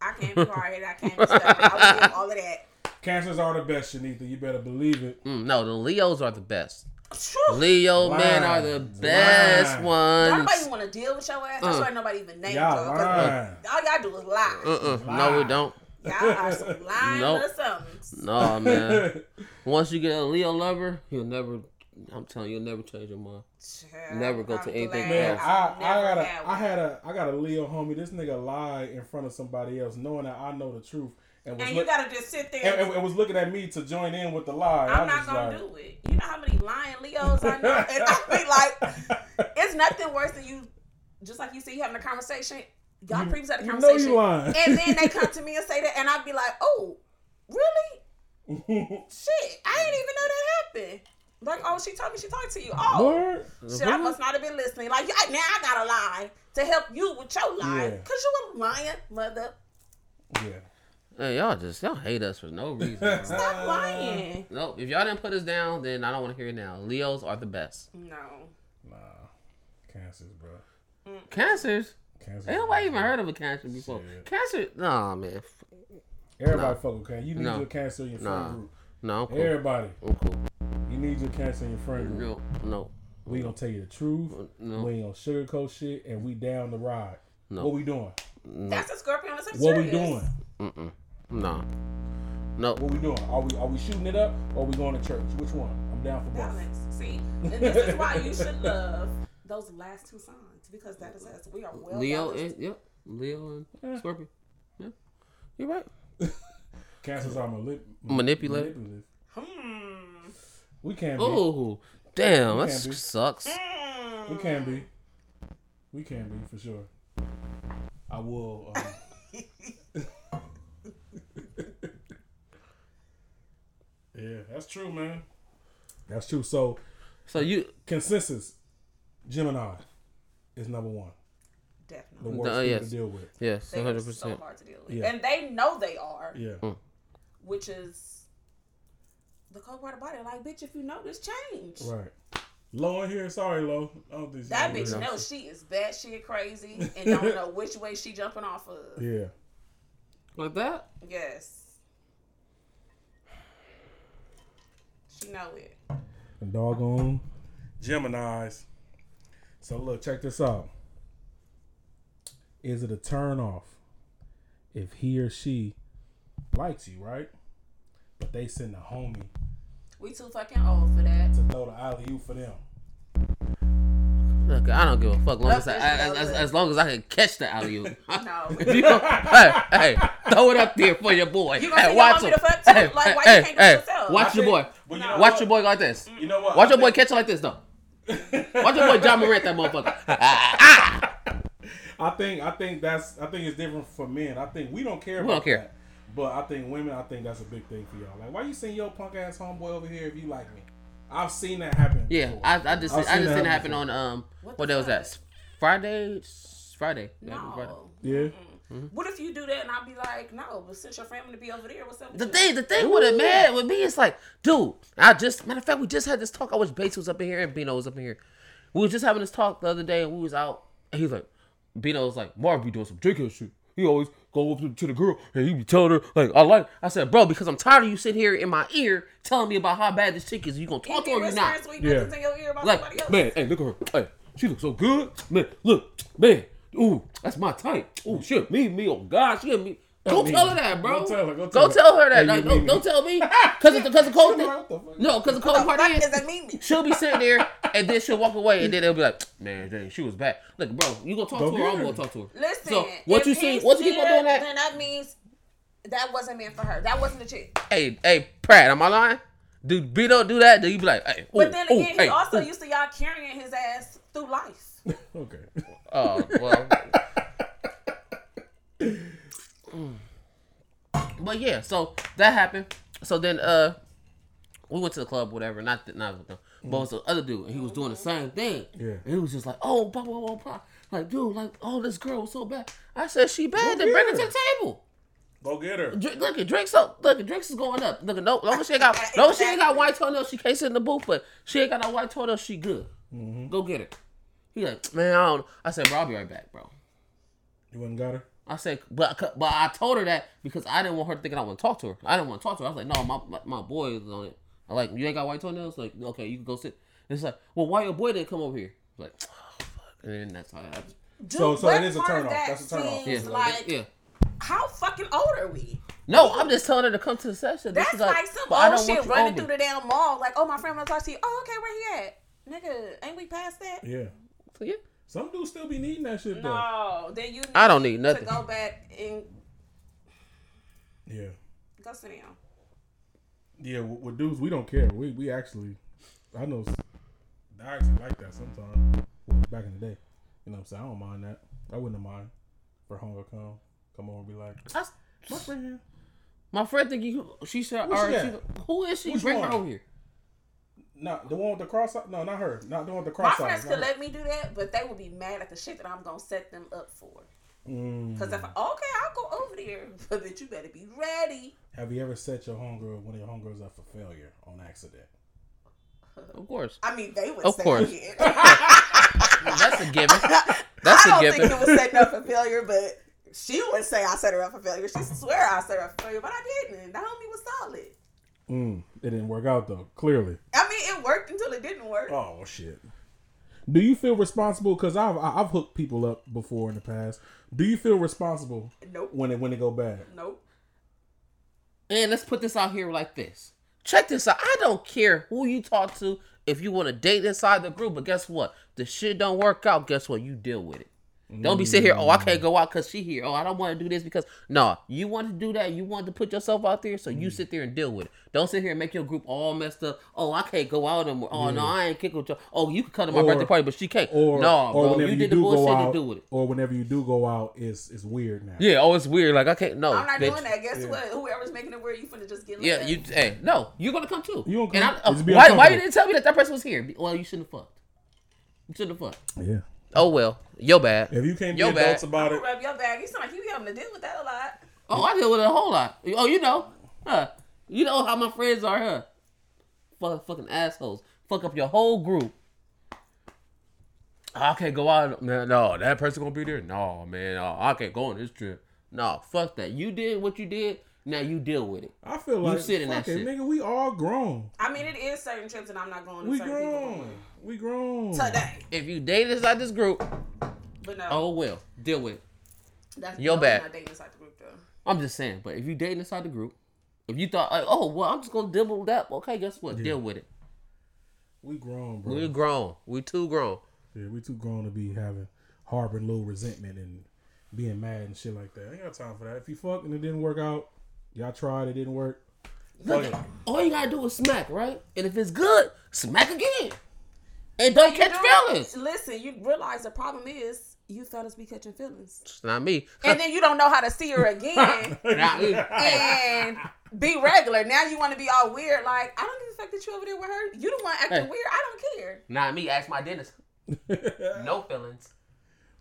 Speaker 3: I can't be hard I can't be stubborn. I would give
Speaker 2: [LAUGHS]
Speaker 3: all of that.
Speaker 1: Cancers are the best, Shanita. You better believe it.
Speaker 2: Mm, no, the Leos are the best.
Speaker 3: Phew.
Speaker 2: Leo
Speaker 1: Lying.
Speaker 2: men are the best
Speaker 1: Lying.
Speaker 2: ones.
Speaker 3: Nobody want to deal with your ass. That's
Speaker 2: Uh.
Speaker 3: why nobody even named
Speaker 1: Y'all
Speaker 3: y'all. 'cause
Speaker 1: lying.
Speaker 3: All y'all do is lie.
Speaker 2: Uh-uh. No, we
Speaker 1: Lying.
Speaker 2: don't.
Speaker 3: Y'all are some
Speaker 2: [LAUGHS]
Speaker 3: lying
Speaker 2: Nope.
Speaker 3: or something.
Speaker 2: No,
Speaker 1: [LAUGHS]
Speaker 2: Oh, man. Once you get a Leo lover, you'll never. I'm telling you, you'll never change your mind.
Speaker 3: Child,
Speaker 2: Never go to
Speaker 3: I'm
Speaker 2: anything
Speaker 3: glad
Speaker 1: Man,
Speaker 2: else.
Speaker 1: I, I
Speaker 3: never
Speaker 1: got
Speaker 3: had
Speaker 1: a, I
Speaker 3: one.
Speaker 1: had a, I got a Leo homie. This nigga lied in front of somebody else, knowing that I know the truth, and was
Speaker 3: And you
Speaker 1: look,
Speaker 3: gotta just sit there.
Speaker 1: and, and- and was looking at me to join in with the lie.
Speaker 3: I'm not
Speaker 1: just
Speaker 3: gonna
Speaker 1: like,
Speaker 3: do it. You know how many lying Leos I know, and
Speaker 1: [LAUGHS]
Speaker 3: I be like, it's nothing worse than you. Just like you said, you having a conversation. Y'all previous had a
Speaker 1: you know
Speaker 3: conversation.
Speaker 1: you lying.
Speaker 3: and then they
Speaker 1: [LAUGHS]
Speaker 3: come to me and say that, and I'd be like, "Oh, really? Shit, I didn't even know that happened." Like, oh, she told me she talked to you. Oh,
Speaker 1: Word?
Speaker 3: shit, I must not have been listening. Like, I- now I gotta lie to help you with your lie,
Speaker 1: Yeah.
Speaker 3: cause you a lying mother.
Speaker 1: Yeah.
Speaker 2: Hey, y'all just y'all hate us for no reason.
Speaker 3: [LAUGHS]
Speaker 2: bro.
Speaker 3: Stop
Speaker 1: Uh,
Speaker 3: lying.
Speaker 2: no, if y'all didn't put us down, then I don't want to hear it now. Leos are the best.
Speaker 3: No,
Speaker 1: Nah, cancers, bro.
Speaker 2: Cancers.
Speaker 1: Cancers.
Speaker 2: Ain't nobody even heard of a cancer before.
Speaker 1: Shit.
Speaker 2: Cancer. Nah, man. F-
Speaker 1: Everybody fuck with cancer. You need
Speaker 2: No.
Speaker 1: your cancer in your friend
Speaker 2: Nah.
Speaker 1: group.
Speaker 2: No, I'm cool.
Speaker 1: Everybody,
Speaker 2: I'm cool.
Speaker 1: you need your cancer in your friend group.
Speaker 2: No, no,
Speaker 1: We gonna tell you the truth.
Speaker 2: no.
Speaker 1: We ain't gonna sugarcoat shit, and we down the ride.
Speaker 2: No.
Speaker 1: What we doing?
Speaker 3: that's a Scorpio and a
Speaker 1: What
Speaker 3: Sagittarius.
Speaker 1: we doing?
Speaker 2: Mm-mm. Nah. No.
Speaker 1: What we doing? Are we are we shooting it up or are we going to church? Which one? I'm down for both.
Speaker 3: balance. See, and this is why you should love those last two signs because that is us. We are well
Speaker 2: Leo
Speaker 3: balanced.
Speaker 2: and yep. Leo and Scorpio. Yeah. You're right.
Speaker 1: Cancers are malip-
Speaker 2: Manipulative.
Speaker 1: manipulative.
Speaker 3: Hmm.
Speaker 1: We can be.
Speaker 2: Oh, damn. That
Speaker 1: can be.
Speaker 2: sucks.
Speaker 1: We can be. We can be for sure. I will. Um, yeah, that's true, man. That's true. So
Speaker 2: So you.
Speaker 1: consensus, Gemini is number one. The
Speaker 3: Definitely.
Speaker 1: worst
Speaker 2: Uh,
Speaker 1: people
Speaker 2: yes.
Speaker 1: to deal with.
Speaker 2: Yes.
Speaker 3: They are
Speaker 2: 100.
Speaker 3: so
Speaker 2: percent
Speaker 3: hard to deal with,
Speaker 1: Yeah.
Speaker 3: and they know they are,
Speaker 1: Yeah.
Speaker 3: which is the cold part about it. Like, bitch, if you notice, change.
Speaker 1: Right. Low in here. Sorry, low. I don't think she
Speaker 3: That
Speaker 1: knows.
Speaker 3: bitch knows she is batshit
Speaker 1: [LAUGHS]
Speaker 3: crazy and don't know which way she jumping off of.
Speaker 1: Yeah.
Speaker 2: Like that.
Speaker 3: Yes. She know it.
Speaker 1: and doggone Geminis. So look, check this out. Is it a turn off if he or she likes you, right? But they send a homie
Speaker 2: [LAUGHS]
Speaker 3: We too fucking old for that.
Speaker 1: to throw the alley oop for them.
Speaker 2: Look, I don't give a fuck. Long
Speaker 3: Love
Speaker 2: as, I,
Speaker 3: this
Speaker 2: as,
Speaker 3: shit,
Speaker 2: as,
Speaker 3: love
Speaker 2: as long as I can catch the alley
Speaker 3: [LAUGHS]
Speaker 2: oop.
Speaker 3: No.
Speaker 2: If you don't- [LAUGHS] hey, hey, throw it up there for your boy.
Speaker 3: You gonna
Speaker 2: hey,
Speaker 3: say you
Speaker 2: watch
Speaker 3: want me
Speaker 2: him.
Speaker 3: to fuck too? Like, why you can't do it yourself?
Speaker 1: I
Speaker 2: watch your
Speaker 1: think-
Speaker 2: boy.
Speaker 1: but you
Speaker 3: No.
Speaker 1: know
Speaker 2: Watch
Speaker 1: what?
Speaker 2: your boy go like this.
Speaker 1: You know what?
Speaker 2: Watch
Speaker 1: I
Speaker 2: your boy
Speaker 1: think-
Speaker 2: catch it like this, though. Watch your boy John Morant that motherfucker. Ah,
Speaker 1: [LAUGHS]
Speaker 2: ah.
Speaker 1: I think I think that's I think it's different for men. I think we don't care.
Speaker 2: We
Speaker 1: about
Speaker 2: don't care.
Speaker 1: that. But I think women, I think that's a big thing for y'all. Like, why you send your punk ass homeboy over here if you like me? I've seen that happen.
Speaker 2: Yeah,
Speaker 1: before.
Speaker 2: I, I just
Speaker 1: I've seen
Speaker 2: I just
Speaker 1: that
Speaker 2: seen it happen
Speaker 1: before.
Speaker 2: on um
Speaker 3: What
Speaker 2: what,
Speaker 3: the
Speaker 2: day was
Speaker 3: fuck?
Speaker 2: that? Friday, Friday. Yeah, it was Friday.
Speaker 3: No.
Speaker 1: Yeah.
Speaker 3: What if you do that and I'll be like, no, but since your family to be over there, what's up? with
Speaker 2: The
Speaker 3: you?
Speaker 2: thing, the thing with it, man, with me, it's like, dude, I just matter of fact, we just had this talk. I wish Bates was up in here and Bino was up in here. We was just having this talk the other day, and we was out. And he was like, Bino was like, Marv be doing some dickhead shit. He always go up to- to the girl and he be telling her like, I like. I said, bro, because I'm tired of you sitting here in my ear telling me about how bad this chick is. You gonna
Speaker 3: You
Speaker 2: talk
Speaker 3: get
Speaker 2: to her or you not?
Speaker 3: whispers, sweet
Speaker 1: Yeah.
Speaker 3: nothings in your ear about somebody
Speaker 2: Like,
Speaker 3: else.
Speaker 2: man, hey, look at her. Hey, she looks so good. Man, look, man. Ooh, that's my type. Ooh, shit, me, me, oh God, she me. Go
Speaker 1: me.
Speaker 2: tell her that, bro.
Speaker 1: Go tell her, go
Speaker 2: Go
Speaker 1: tell her.
Speaker 2: tell her that.
Speaker 1: Hey,
Speaker 2: Like,
Speaker 1: you
Speaker 2: don't,
Speaker 1: mean
Speaker 2: don't
Speaker 1: me.
Speaker 2: tell
Speaker 1: [LAUGHS]
Speaker 2: me. Because the, cause the cold thing.
Speaker 1: What the fuck?
Speaker 2: No, because the cold part
Speaker 3: Fuck
Speaker 2: is.
Speaker 3: does that mean?
Speaker 2: She'll be sitting there and then she'll walk away and then they'll be like, man, dang, she was bad. Look, bro, you gonna talk
Speaker 1: Go
Speaker 2: to her?
Speaker 1: get
Speaker 2: I'm
Speaker 1: her.
Speaker 2: gonna talk to her.
Speaker 3: Listen.
Speaker 2: So, what
Speaker 3: if
Speaker 2: you see,
Speaker 3: he's
Speaker 2: what you keep on
Speaker 3: there,
Speaker 2: doing that?
Speaker 3: Then that means that wasn't meant for her. That wasn't the chick.
Speaker 2: Hey, hey, Pratt, am I lying? Do B don't do that? Do you be like, hey, ooh,
Speaker 3: But then
Speaker 2: ooh,
Speaker 3: again, he
Speaker 2: hey,
Speaker 3: also
Speaker 2: ooh.
Speaker 3: used to y'all carrying his ass
Speaker 2: [LAUGHS]
Speaker 3: through life.
Speaker 1: Okay. [LAUGHS]
Speaker 2: Oh well. Mm. but yeah, so that happened. So then uh we went to the club, whatever. Not th- not no, but it was the other dude, and he was doing the same thing.
Speaker 1: Yeah.
Speaker 2: and he was just like, oh, blah blah blah blah. Like, dude, like, oh, this girl was so bad. I said she bad. Then bring her to
Speaker 1: Oh, yeah.
Speaker 2: the table.
Speaker 1: Go get her.
Speaker 2: Dr- look at drinks up. Look at drinks is going up. Look at no, long as she ain't got no, she ain't got white toenails. She can't sit in the booth, but she ain't got no white toenails. She good.
Speaker 1: Mm-hmm.
Speaker 2: Go get it. He like, man, I don't. know." I said, bro, I'll be right back, bro.
Speaker 1: You wouldn't got her.
Speaker 2: I said, but but I told her that because I didn't want her thinking I want to talk to her. I didn't want to talk to her. I was like, no, my my, my boy is on it. I like you ain't got white toenails. Like okay, you can go sit. And it's like, well, why your boy didn't come over here? Like, oh, fuck. And then that's how it happened.
Speaker 3: Dude,
Speaker 1: So- so
Speaker 3: what
Speaker 1: it is a
Speaker 3: part of
Speaker 1: turnoff.
Speaker 3: that
Speaker 1: That's a turnoff.
Speaker 2: Yeah,
Speaker 3: seems
Speaker 2: like,
Speaker 3: Like,
Speaker 2: yeah.
Speaker 3: how fucking old are we?
Speaker 2: No, I'm just telling her to come to the session. This
Speaker 3: That's
Speaker 2: is
Speaker 3: like some
Speaker 2: but I
Speaker 3: old
Speaker 2: don't want
Speaker 3: shit
Speaker 2: you
Speaker 3: running
Speaker 2: over.
Speaker 3: through the damn mall. Like, oh, my friend wants to talk to you. Oh, okay, where he at? Nigga, ain't we past that?
Speaker 1: Yeah.
Speaker 2: So, yeah.
Speaker 1: Some dudes still be needing that shit though.
Speaker 3: No, then you need
Speaker 2: I don't need
Speaker 3: to
Speaker 2: nothing.
Speaker 3: go back and
Speaker 1: Yeah.
Speaker 3: go sit down.
Speaker 1: Yeah, with, with dudes, we don't care. We we actually, I know, s- I actually like that sometimes. Well, back in the day, you know what I'm saying? I don't mind that. I wouldn't mind for hunger come come over and be like,
Speaker 2: I s-
Speaker 1: my friend here.
Speaker 2: my friend think you. She said,
Speaker 1: Who's
Speaker 2: all
Speaker 1: she
Speaker 2: right, she
Speaker 1: at?
Speaker 2: go- who is she?
Speaker 1: Which
Speaker 2: Bring her
Speaker 1: one?
Speaker 2: over here.
Speaker 1: Not the one with the cross. No, not her. Not the one with the
Speaker 3: My
Speaker 1: cross.
Speaker 3: friends
Speaker 1: eyes.
Speaker 3: could
Speaker 1: Not her.
Speaker 3: let me do that, but they would be mad at the shit that I'm gonna set them up for.
Speaker 1: Mm.
Speaker 3: Cause if I, okay, I'll go over there, [LAUGHS] but you better be ready.
Speaker 1: Have you ever set your homegirl one of your homegirls up for failure on accident?
Speaker 2: Of course.
Speaker 3: I mean, they would.
Speaker 2: Of
Speaker 3: say
Speaker 2: course.
Speaker 3: it. [LAUGHS]
Speaker 2: That's a given. That's
Speaker 3: I
Speaker 2: a
Speaker 3: don't
Speaker 2: given.
Speaker 3: think it was setting up for failure, but she would say I set her up for failure. She swear I set her up for failure, but I didn't. The homie was solid.
Speaker 1: Mm. It didn't work out though. Clearly.
Speaker 3: I mean, it worked until it didn't work.
Speaker 1: Oh shit. Do you feel responsible? Because I've I- I've hooked people up before in the past. Do you feel responsible
Speaker 3: Nope.
Speaker 1: when it when it go bad?
Speaker 3: Nope.
Speaker 2: And let's put this out here like this. Check this out. I don't care who you talk to if you want to date inside the group, but guess what? The shit don't work out. Guess what? You deal with it. Don't be sitting here. Oh, I can't go out because she here. Oh, I don't want to do this because no, you want to do that. You want to put yourself out there, so you sit there and deal with it. Don't sit here and make your group all messed up. Oh, I can't go out anymore. Oh no, I ain't kick with you. Oh, you can come to my
Speaker 1: Or-
Speaker 2: birthday party, but she can't.
Speaker 1: Mm. or
Speaker 2: no,
Speaker 1: or
Speaker 2: bro,
Speaker 1: whenever
Speaker 2: you
Speaker 1: you,
Speaker 2: did the
Speaker 1: do go
Speaker 2: bullshit
Speaker 1: out,
Speaker 2: to do with it.
Speaker 1: or whenever you do go out, it's it's weird now.
Speaker 2: Yeah, oh, it's weird. Like I can't. No,
Speaker 3: I'm not
Speaker 2: bitch.
Speaker 3: doing that. Guess
Speaker 1: Yeah.
Speaker 3: what? Whoever's making it weird, you finna just get.
Speaker 2: Yeah,
Speaker 3: laid.
Speaker 2: you. Hey, no, you're gonna come too.
Speaker 1: You gonna
Speaker 2: And
Speaker 1: come.
Speaker 2: I, uh,
Speaker 1: It's be
Speaker 2: why? Why you
Speaker 1: uncomfortable.
Speaker 2: didn't tell me that that person was here? Be- Well, you shouldn't have fucked. You shouldn't have fucked.
Speaker 1: yeah.
Speaker 2: Oh well, your bad.
Speaker 1: If you can't be
Speaker 2: Yo,
Speaker 1: adults
Speaker 2: bad.
Speaker 1: about it,
Speaker 3: rub your back. You sound like you having to deal with that a lot.
Speaker 2: Oh, I deal with it a whole lot. Oh, you know, huh? You know how my friends are, huh? Fuck, fucking assholes. Fuck up your whole group. I can't go out. No, no, that person gonna be there. No, man, no, I can't go on this trip. No, fuck that. You did what you did. Now you deal with it.
Speaker 1: I feel like
Speaker 2: sit in
Speaker 1: fuck
Speaker 2: that
Speaker 1: it,
Speaker 2: shit.
Speaker 1: nigga. We all grown.
Speaker 3: I mean, it is certain trips, and I'm not going to
Speaker 1: We
Speaker 3: certain people
Speaker 1: grown. We grown.
Speaker 3: today.
Speaker 2: If you date inside this group,
Speaker 3: But no,
Speaker 2: oh well, deal with it.
Speaker 3: that's
Speaker 2: your
Speaker 3: those are
Speaker 2: bad.
Speaker 3: Not dating inside the group though.
Speaker 2: I'm just saying, but if you dating inside the group, if you thought, like, oh well, I'm just gonna deal with that. Okay, guess what? Deal with it.
Speaker 1: We grown, bro.
Speaker 2: We grown. We too grown.
Speaker 1: Yeah, we too grown to be having harboring little resentment and being mad and shit like that. I ain't got time for that. If you fuck and it didn't work out, y'all tried, it didn't
Speaker 2: [LAUGHS]
Speaker 1: work.
Speaker 2: Look, all you gotta do is smack, right? And if it's good, smack again. And don't catch feelings.
Speaker 3: Listen, you realize the problem is you thought us be catching feelings,
Speaker 2: It's not me.
Speaker 3: and then you don't know how to see her again
Speaker 2: [LAUGHS] Not me.
Speaker 3: and be regular. Now you want to be all weird, like I don't give a fuck that you over there with her. You the one acting
Speaker 2: Hey.
Speaker 3: weird. I don't care.
Speaker 2: Not me. Ask my dentist. No feelings.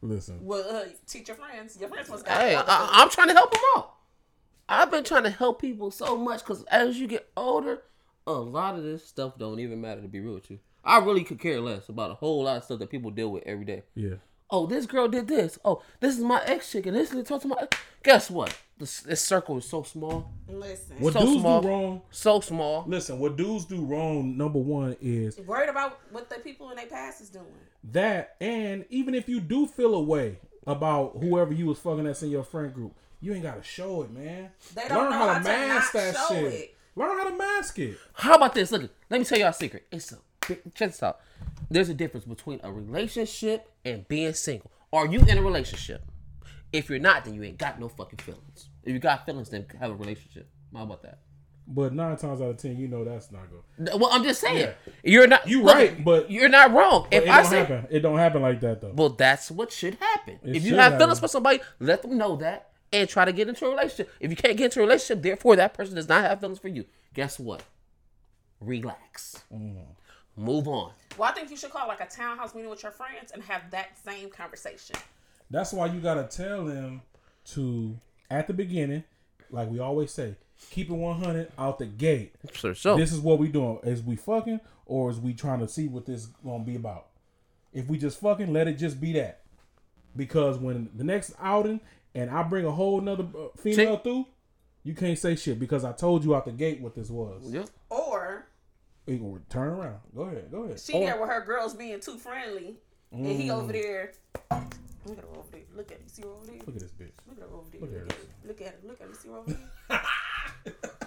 Speaker 1: Listen,
Speaker 3: Well, uh, teach your friends. Your friends must got.
Speaker 2: Hey, I, [LAUGHS] I'm trying to help them out. I've been trying to help people so much because as you get older, a lot of this stuff don't even matter. To be real with you, I really could care less about a whole lot of stuff that people deal with every day.
Speaker 1: yeah,
Speaker 2: Oh, this girl did this. Oh, this is my ex chick, and this is talk to my. Ex. Guess what? This, this circle is so small,
Speaker 3: Listen,
Speaker 1: what
Speaker 2: So
Speaker 1: dudes
Speaker 2: small.
Speaker 1: do wrong?
Speaker 2: so small.
Speaker 1: Listen, what dudes do wrong? Number one is
Speaker 3: worried about what the people in their past is doing.
Speaker 1: that, and even if you do feel a way about whoever you was fucking that's in your friend group, you ain't gotta show it, man.
Speaker 3: They don't know how to not show it.
Speaker 1: Learn how to mask it.
Speaker 2: How about this? Look, let me tell y'all a secret. It's a check this out. There's a difference between a relationship and being single. Are you in a relationship? If you're not, then you ain't got no fucking feelings. If you got feelings, then have a relationship. How about that?
Speaker 1: But nine times out of ten, you know that's not good.
Speaker 2: Th- Well, I'm just saying you're not.
Speaker 1: You right, but-
Speaker 2: you're not wrong. If
Speaker 1: It
Speaker 2: I
Speaker 1: don't
Speaker 2: say,
Speaker 1: happen. It don't happen like that though.
Speaker 2: well, that's what should happen.
Speaker 1: It
Speaker 2: if you
Speaker 1: should
Speaker 2: have feelings
Speaker 1: happen.
Speaker 2: for somebody, let them know that and try to get into a relationship. If you can't get into a relationship, therefore that person does not have feelings for you. Guess what? Relax.
Speaker 1: Mm.
Speaker 2: Move on.
Speaker 3: Well, I think you should call like a townhouse meeting with your friends and have that same conversation.
Speaker 1: That's why you gotta tell them to at the beginning, like we always say, keep it one hundred out the gate.
Speaker 2: So, so.
Speaker 1: This is what we doing. Is we fucking or is we trying to see what this gonna be about? If we just fucking, let it just be that. Because when the next outing and I bring a whole nother uh, female through, you can't say shit because I told you out the gate what this was.
Speaker 2: yeah.
Speaker 3: Or
Speaker 1: You can turn around. Go ahead. Go ahead.
Speaker 3: she
Speaker 1: Or-
Speaker 3: there with her girls being too friendly, and he
Speaker 2: Mm.
Speaker 3: over there. Look at her over there. Look at her. See her over there.
Speaker 1: look at this bitch.
Speaker 3: Look at her over there. Look at her. Look at her. Look at her. See her over
Speaker 2: [LAUGHS]
Speaker 3: there.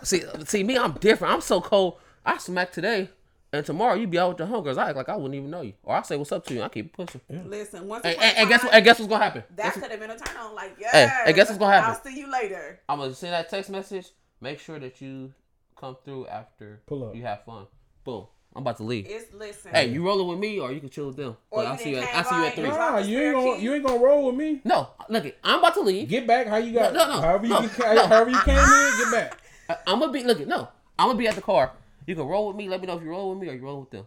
Speaker 2: See, see me, I'm different. I'm so cold. I smack today, and tomorrow you be out with the homegirls. I act like I wouldn't even know you, or I say what's up to you. and I keep pushing.
Speaker 3: Listen, once
Speaker 2: And,
Speaker 3: upon
Speaker 2: and,
Speaker 3: a
Speaker 2: and guess what?
Speaker 3: time,
Speaker 2: And guess what's gonna happen?
Speaker 3: that could have been a turn on. Like, yeah.
Speaker 2: and guess what's gonna happen?
Speaker 3: I'll see you later.
Speaker 2: I'm gonna send that text message. Make sure that you come through after
Speaker 1: Pull up.
Speaker 2: you have fun. Boom. I'm about to leave.
Speaker 3: It's listen.
Speaker 2: Hey, you rolling with me, or you can chill with them. But
Speaker 3: Or you
Speaker 2: I'll see you.
Speaker 3: didn't
Speaker 2: At,
Speaker 3: came
Speaker 2: I'll see you at
Speaker 3: by and
Speaker 2: three.
Speaker 3: dropped-
Speaker 1: Nah, you ain't gonna you ain't gonna roll with me.
Speaker 2: No, look, it. I'm about to leave.
Speaker 1: Get back how you got
Speaker 2: No, no,
Speaker 1: however you
Speaker 2: no,
Speaker 1: ca-
Speaker 2: no.
Speaker 1: however you came in, get
Speaker 2: [LAUGHS]
Speaker 1: back.
Speaker 2: I, I'm gonna be look. it, No, I'm gonna be at the car. You can roll with me. Let me know if you roll with me or you roll with them.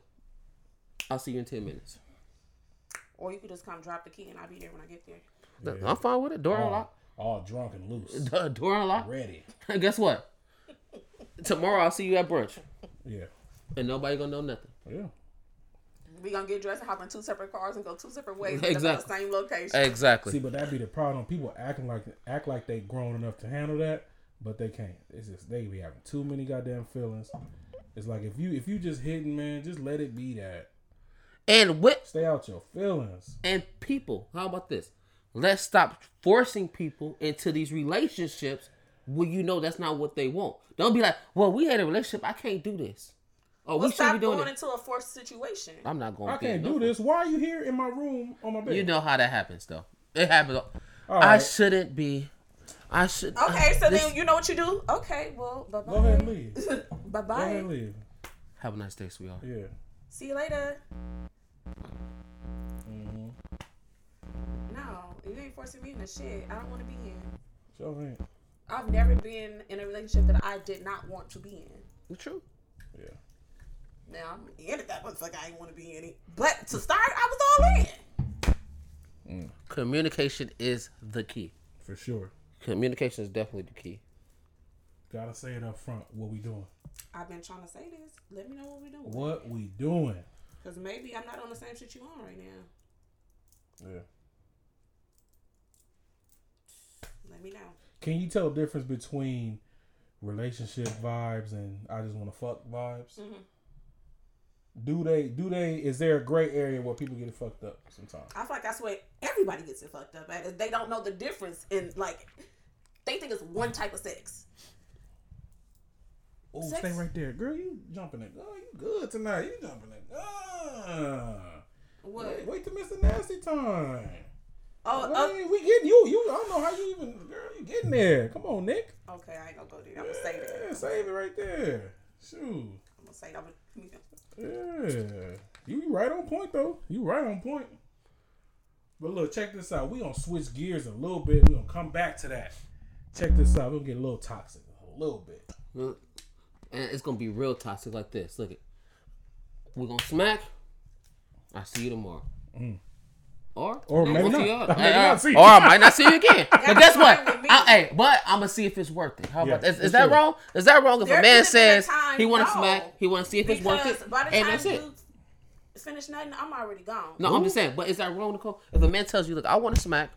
Speaker 2: I'll see you in ten minutes.
Speaker 3: Or you could just come drop the key and I'll be there when I get there.
Speaker 2: Look, I'm fine with it. Door
Speaker 1: All,
Speaker 2: unlocked.
Speaker 1: all drunk and loose.
Speaker 2: Do- Door unlocked. [LAUGHS]
Speaker 1: Ready.
Speaker 2: And guess what? [LAUGHS] Tomorrow I'll see you at brunch,
Speaker 1: Yeah.
Speaker 2: and nobody gonna know nothing.
Speaker 1: Yeah.
Speaker 3: We gonna get dressed and hop in two separate cars and go two separate ways. Exactly.
Speaker 2: Exactly.
Speaker 3: The same location.
Speaker 2: Exactly.
Speaker 1: See, but that'd be the problem. People acting like act like they grown enough to handle that, but they can't. It's just they be having too many goddamn feelings. It's like if you if you just hitting, man, just let it be that.
Speaker 2: and what?
Speaker 1: Stay out your feelings.
Speaker 2: And people. How about this? Let's stop forcing people into these relationships when you know that's not what they want. Don't be like, "Well, we had a relationship. I can't do this." Oh,
Speaker 3: Well,
Speaker 2: we should
Speaker 3: stop
Speaker 2: be doing
Speaker 3: going
Speaker 2: it.
Speaker 3: into a forced situation.
Speaker 2: I'm not going.
Speaker 1: I can't do this. Why are you here in my room on my bed?
Speaker 2: You know how that happens, though. It happens.
Speaker 1: All
Speaker 2: I
Speaker 1: right.
Speaker 2: shouldn't be. I should.
Speaker 3: Okay, so
Speaker 2: this-
Speaker 3: then you know what you do? Okay, well, bye
Speaker 1: Go ahead and
Speaker 2: [LAUGHS]
Speaker 3: bye.
Speaker 1: leave. Go
Speaker 3: Bye
Speaker 1: ahead and
Speaker 3: bye.
Speaker 1: leave.
Speaker 2: Have a nice day, sweetheart.
Speaker 1: Yeah.
Speaker 3: See you later. No, you ain't forcing me into shit. I don't want to be in.
Speaker 1: Sure ain't.
Speaker 3: I've never been in a relationship that I did not want to be in.
Speaker 2: The truth.
Speaker 1: Yeah.
Speaker 3: Now I'm in it. That motherfucker, I ain't want to be in it. But to start, I was all in.
Speaker 2: Communication is the key.
Speaker 1: For sure.
Speaker 2: Communication is definitely the key.
Speaker 1: Gotta say it up front. What we doing?
Speaker 3: I've been trying to say this. Let me know what we're doing.
Speaker 1: What we doing?
Speaker 3: Because maybe I'm not on the same shit you on right now.
Speaker 1: Yeah.
Speaker 3: Let me know.
Speaker 1: Can you tell the difference between relationship vibes and I just want to fuck vibes? Do they? Do they? Is there a gray area where people get fucked up sometimes?
Speaker 3: I feel like that's where everybody gets it fucked up at. Is they don't know the difference in like they think it's one type of sex.
Speaker 1: Oh,
Speaker 3: Sex-
Speaker 1: stay right there, girl. You jumping it? Oh, you good tonight? You jumping it? Ah.
Speaker 3: What?
Speaker 1: Wait to miss the nasty time.
Speaker 3: Oh,
Speaker 1: Wait, we getting you. You. I don't know how you even. Girl, you getting there? Come on, Nick.
Speaker 3: oh, okay. I ain't gonna go there. I'm gonna say that.
Speaker 1: Yeah, save it right there. Shoot.
Speaker 3: I'm gonna say that. I'm gonna-
Speaker 1: Yeah. You right on point though. You right on point. But look, check this out. We gonna switch gears a little bit. We gonna come back to that. Check this out. We gonna get a little toxic a little bit.
Speaker 2: And it's gonna be real toxic like this. Look it. We're gonna smack. I see you tomorrow. Or
Speaker 1: Mm. Or
Speaker 2: I'm
Speaker 1: maybe not.
Speaker 2: gonna see you-
Speaker 1: [LAUGHS] I
Speaker 2: Hey,
Speaker 1: may
Speaker 2: hey,
Speaker 1: not see you.
Speaker 2: Or I might not see
Speaker 1: [LAUGHS]
Speaker 2: you again. but guess what?
Speaker 3: with me.
Speaker 2: I, hey, but I'm gonna see if it's worth it. How
Speaker 1: Yeah,
Speaker 2: about that? Is,
Speaker 1: that's
Speaker 2: is that
Speaker 1: true.
Speaker 2: wrong? Is that wrong if
Speaker 3: There
Speaker 2: a man
Speaker 3: could have been a
Speaker 2: says
Speaker 3: time,
Speaker 2: he want to
Speaker 3: no.
Speaker 2: smack, he want to see if it's worth
Speaker 3: Because
Speaker 2: it,
Speaker 3: by the
Speaker 2: and
Speaker 3: time
Speaker 2: that's it.
Speaker 3: you finish nothing, I'm already gone.
Speaker 2: No, I'm just saying. But is that wrong, Nicole? If a man tells you, "Look, I want to smack,"